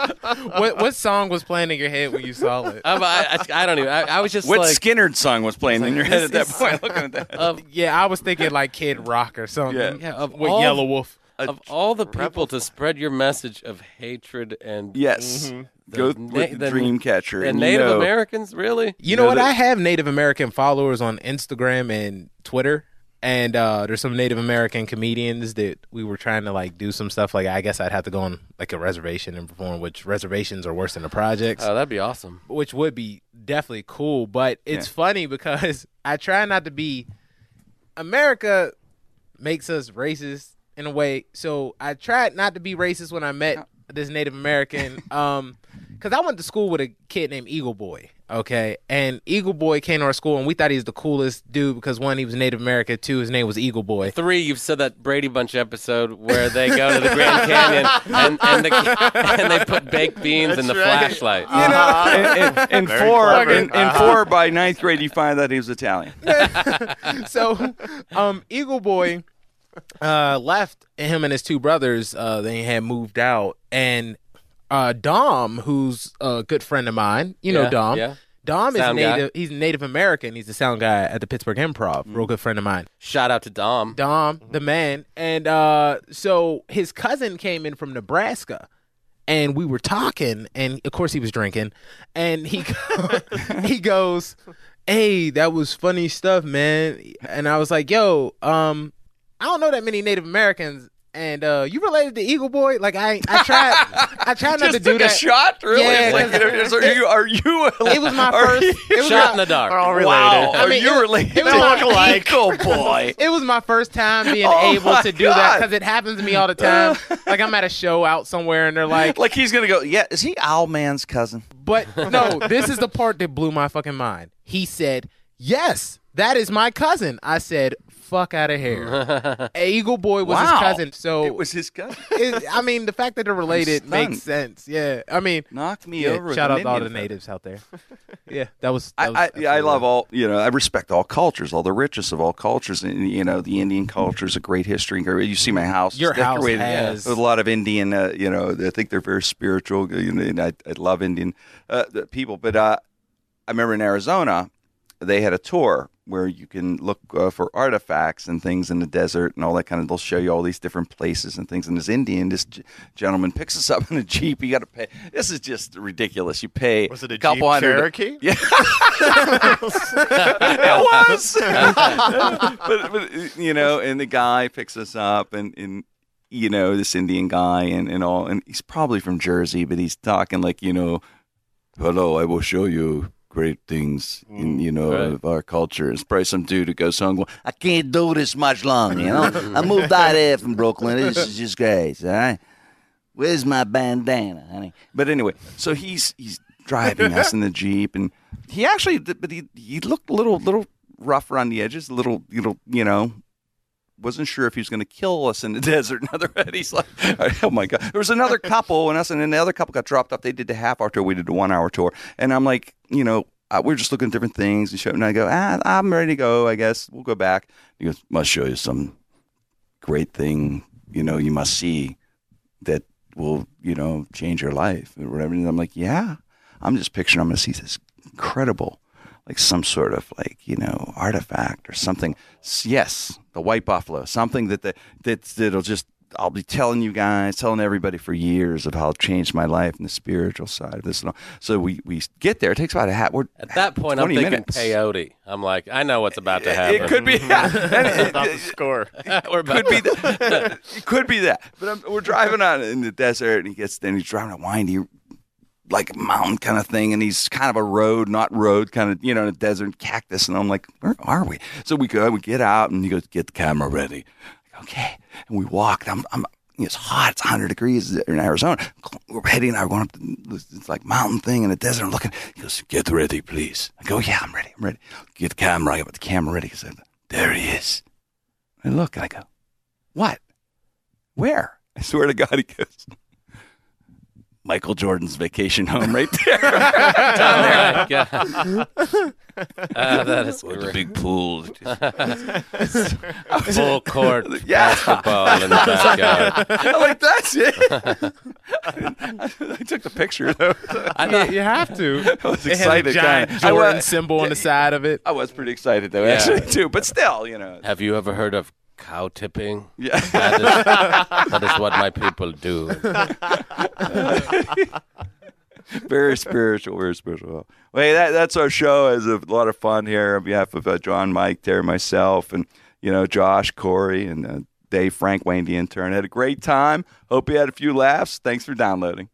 Speaker 5: What what song was playing in your head when you saw
Speaker 1: Uh,
Speaker 5: it?
Speaker 3: Um, I, I, I don't even. I, I was just
Speaker 1: what
Speaker 3: like,
Speaker 1: Skinnerd song was playing in your head at that point? Looking at that,
Speaker 3: of,
Speaker 5: Yeah, I was thinking like Kid Rock or something.
Speaker 1: Yeah.
Speaker 3: yeah, of
Speaker 5: With
Speaker 3: all,
Speaker 5: Yellow Wolf.
Speaker 3: of all the people to spread your message of hatred and
Speaker 1: yes,
Speaker 3: the
Speaker 1: go
Speaker 3: na-
Speaker 1: with the
Speaker 3: the-
Speaker 1: Dreamcatcher
Speaker 3: and
Speaker 1: you
Speaker 3: Native
Speaker 1: know-
Speaker 3: Americans really.
Speaker 5: You know
Speaker 1: know
Speaker 5: what?
Speaker 1: that-
Speaker 5: I have Native American followers on Instagram and Twitter, and uh, there's some Native American comedians that we were trying to like do some stuff. Like I guess I'd have to go on like a reservation and perform, which reservations are worse than the projects,
Speaker 3: Oh, that'd be awesome.
Speaker 5: which would be definitely cool. But it's funny because I try not to be. America makes us racist in a way, so I tried not to be racist when I met this Native American. Um, because I went to school with a kid named Eagle Boy. Okay, and Eagle Boy came to our school, and we thought he was the coolest dude because one, he was Native American. Two, his name was Eagle Boy.
Speaker 3: Three, you've said that Brady Bunch episode where they go to the Grand Canyon and and, the, and they put baked beans in the
Speaker 4: right.
Speaker 3: flashlight.
Speaker 4: Uh-huh.
Speaker 1: and, and, and
Speaker 4: Very
Speaker 1: four,
Speaker 4: clever.
Speaker 1: and, and four by ninth grade, you find that he was Italian.
Speaker 5: so um eagle boy uh left and him and his two brothers uh they had moved out and uh dom who's a good friend of mine you know
Speaker 3: Yeah,
Speaker 5: dom
Speaker 3: yeah.
Speaker 5: dom is
Speaker 3: Sound guy.
Speaker 5: native he's native american he's the sound guy at the pittsburgh improv real
Speaker 3: Mm.
Speaker 5: good friend of mine
Speaker 3: Shout out to Dom.
Speaker 5: dom the man and uh so his cousin came in from nebraska and we were talking and of course he was drinking and he he goes hey that was funny stuff man and i was like yo um i don't know that many native americans and uh you related to eagle boy like i i tried i tried not to
Speaker 1: Just
Speaker 5: do
Speaker 1: took a
Speaker 5: that
Speaker 1: shot, really.
Speaker 5: Yeah,
Speaker 1: like, you know, is- are you? Are you?
Speaker 5: it was my
Speaker 1: are
Speaker 5: first
Speaker 1: you-
Speaker 5: it was
Speaker 3: Shot
Speaker 5: my,
Speaker 3: in the dark.
Speaker 1: Wow,
Speaker 5: I
Speaker 1: are
Speaker 5: mean,
Speaker 1: you
Speaker 5: it-
Speaker 1: related?
Speaker 5: it was
Speaker 1: to
Speaker 5: like-
Speaker 1: Eagle boy.
Speaker 5: it was my first time being
Speaker 1: Oh my
Speaker 5: able to do that
Speaker 1: God.
Speaker 5: because it happens to me all the time like i'm at a show out somewhere and they're like
Speaker 1: Like he's gonna go. Yeah, is he Owlman's cousin?
Speaker 5: But no, this is the part that blew my fucking mind. He said, "Yes, that is my cousin." I said, "Fuck out of here." Eagle Boy was
Speaker 1: Wow.
Speaker 5: his cousin, so
Speaker 1: It was his cousin.
Speaker 5: it- I mean, the fact that they're related
Speaker 1: stunned.
Speaker 5: makes sense. Yeah, I mean,
Speaker 1: Knocked me
Speaker 5: yeah,
Speaker 1: over. with
Speaker 5: shout
Speaker 1: an
Speaker 5: out to all the
Speaker 1: Indian feather.
Speaker 5: natives out there. Yeah, that was. That was
Speaker 1: I, I, I
Speaker 5: absolutely-
Speaker 1: love all you know. I respect all cultures, all the richest of all cultures. And, you know, the Indian culture is a great history. and great- You see, my house is
Speaker 5: Your house
Speaker 1: decorated
Speaker 5: has-
Speaker 1: with a lot of Indian. Uh, you know, I think they're very spiritual. You know, and I, I love Indian uh, the people. But uh, I remember in Arizona, they had a tour where you can look uh, for artifacts and things in the desert and all that kind of. They'll show you all these different places and things. And this Indian, this g- gentleman, picks us up in a jeep. You got to pay. This is just ridiculous. You pay
Speaker 4: Was it a
Speaker 1: couple
Speaker 4: Jeep
Speaker 1: hundred
Speaker 4: Cherokee?
Speaker 1: Yeah. it was. but, but, you know, and the guy picks us up, and, and you know, this Indian guy, and, and all, and he's probably from Jersey, but he's talking like, you know, hello, I will show you great things in, you know,
Speaker 3: Right.
Speaker 1: of our culture. It's probably some dude who goes home going, I can't do this much longer, you know? I moved out here from Brooklyn. This is just great, all right? Where's my bandana, honey? But anyway, so he's he's driving us in the jeep, and he actually, but he he looked a little little rough around the edges, a little little you know, wasn't sure if he was going to kill us in the desert. And other he's like, oh my god, there was another couple, and us and another couple got dropped off. They did the half hour tour, we did the one hour tour, and I'm like, you know. Uh, we we're just looking at different things and show, and I go, ah, I'm ready to go. I guess we'll go back. He goes, must show you something great thing you know you must see that will you know change your life or whatever. And I'm like, yeah, I'm just picturing I'm going to see this incredible, like some sort of like you know artifact or something. S- Yes, the white buffalo, something that the, that that'll just I'll be telling you guys, telling everybody for years of how it changed my life and the spiritual side of this. And all. So we we get there. It takes about a hat. We're
Speaker 3: At that point, I'm
Speaker 1: 20
Speaker 3: thinking
Speaker 1: minutes.
Speaker 3: peyote. I'm like, I know what's about to happen.
Speaker 1: It could be. Yeah. And it-
Speaker 4: About the score.
Speaker 3: We're about-
Speaker 1: could be that. it could be that. But I'm, we're driving on in the desert, and he gets then he's driving a windy, like mountain kind of thing, and he's kind of a road, not road, kind of you know, in a desert cactus. And I'm like, where are we? So we go, we get out, and he goes, get the camera ready. Like, okay, and we walked. I'm, I'm. It's hot. It's 100 degrees in Arizona. We're heading. I going up to this, this like mountain thing in the desert. I'm looking. He goes, "Get ready, please." I go, "Yeah, I'm ready. I'm ready." Get the camera. I got the camera ready. He said, "There he is." I look and I go, what? Where? I swear to God, he goes, Michael Jordan's vacation home right there.
Speaker 3: Oh, my God. Ah, that is
Speaker 1: With the
Speaker 3: great.
Speaker 1: big pool.
Speaker 3: full court
Speaker 1: Yeah.
Speaker 3: basketball in the backyard.
Speaker 1: I'm like, that's it. I took the picture, though.
Speaker 5: I thought you have to.
Speaker 1: I was
Speaker 5: It had a
Speaker 1: excited.
Speaker 5: giant
Speaker 1: kinda. I
Speaker 5: Jordan
Speaker 1: was,
Speaker 5: symbol on the side of it.
Speaker 1: I was pretty excited, though,
Speaker 3: Yeah.
Speaker 1: actually, too. But still, you know.
Speaker 3: Have you ever heard of cow tipping?
Speaker 1: Yeah.
Speaker 3: That is, that is what my people do.
Speaker 1: very spiritual, very spiritual. Well, hey, that, that's our show. It was a lot of fun here on behalf of uh, John, Mike, Terry, myself, and you know Josh, Corey, and uh, Dave, Frank, Wayne, the intern. Had a great time. Hope you had a few laughs. Thanks for downloading.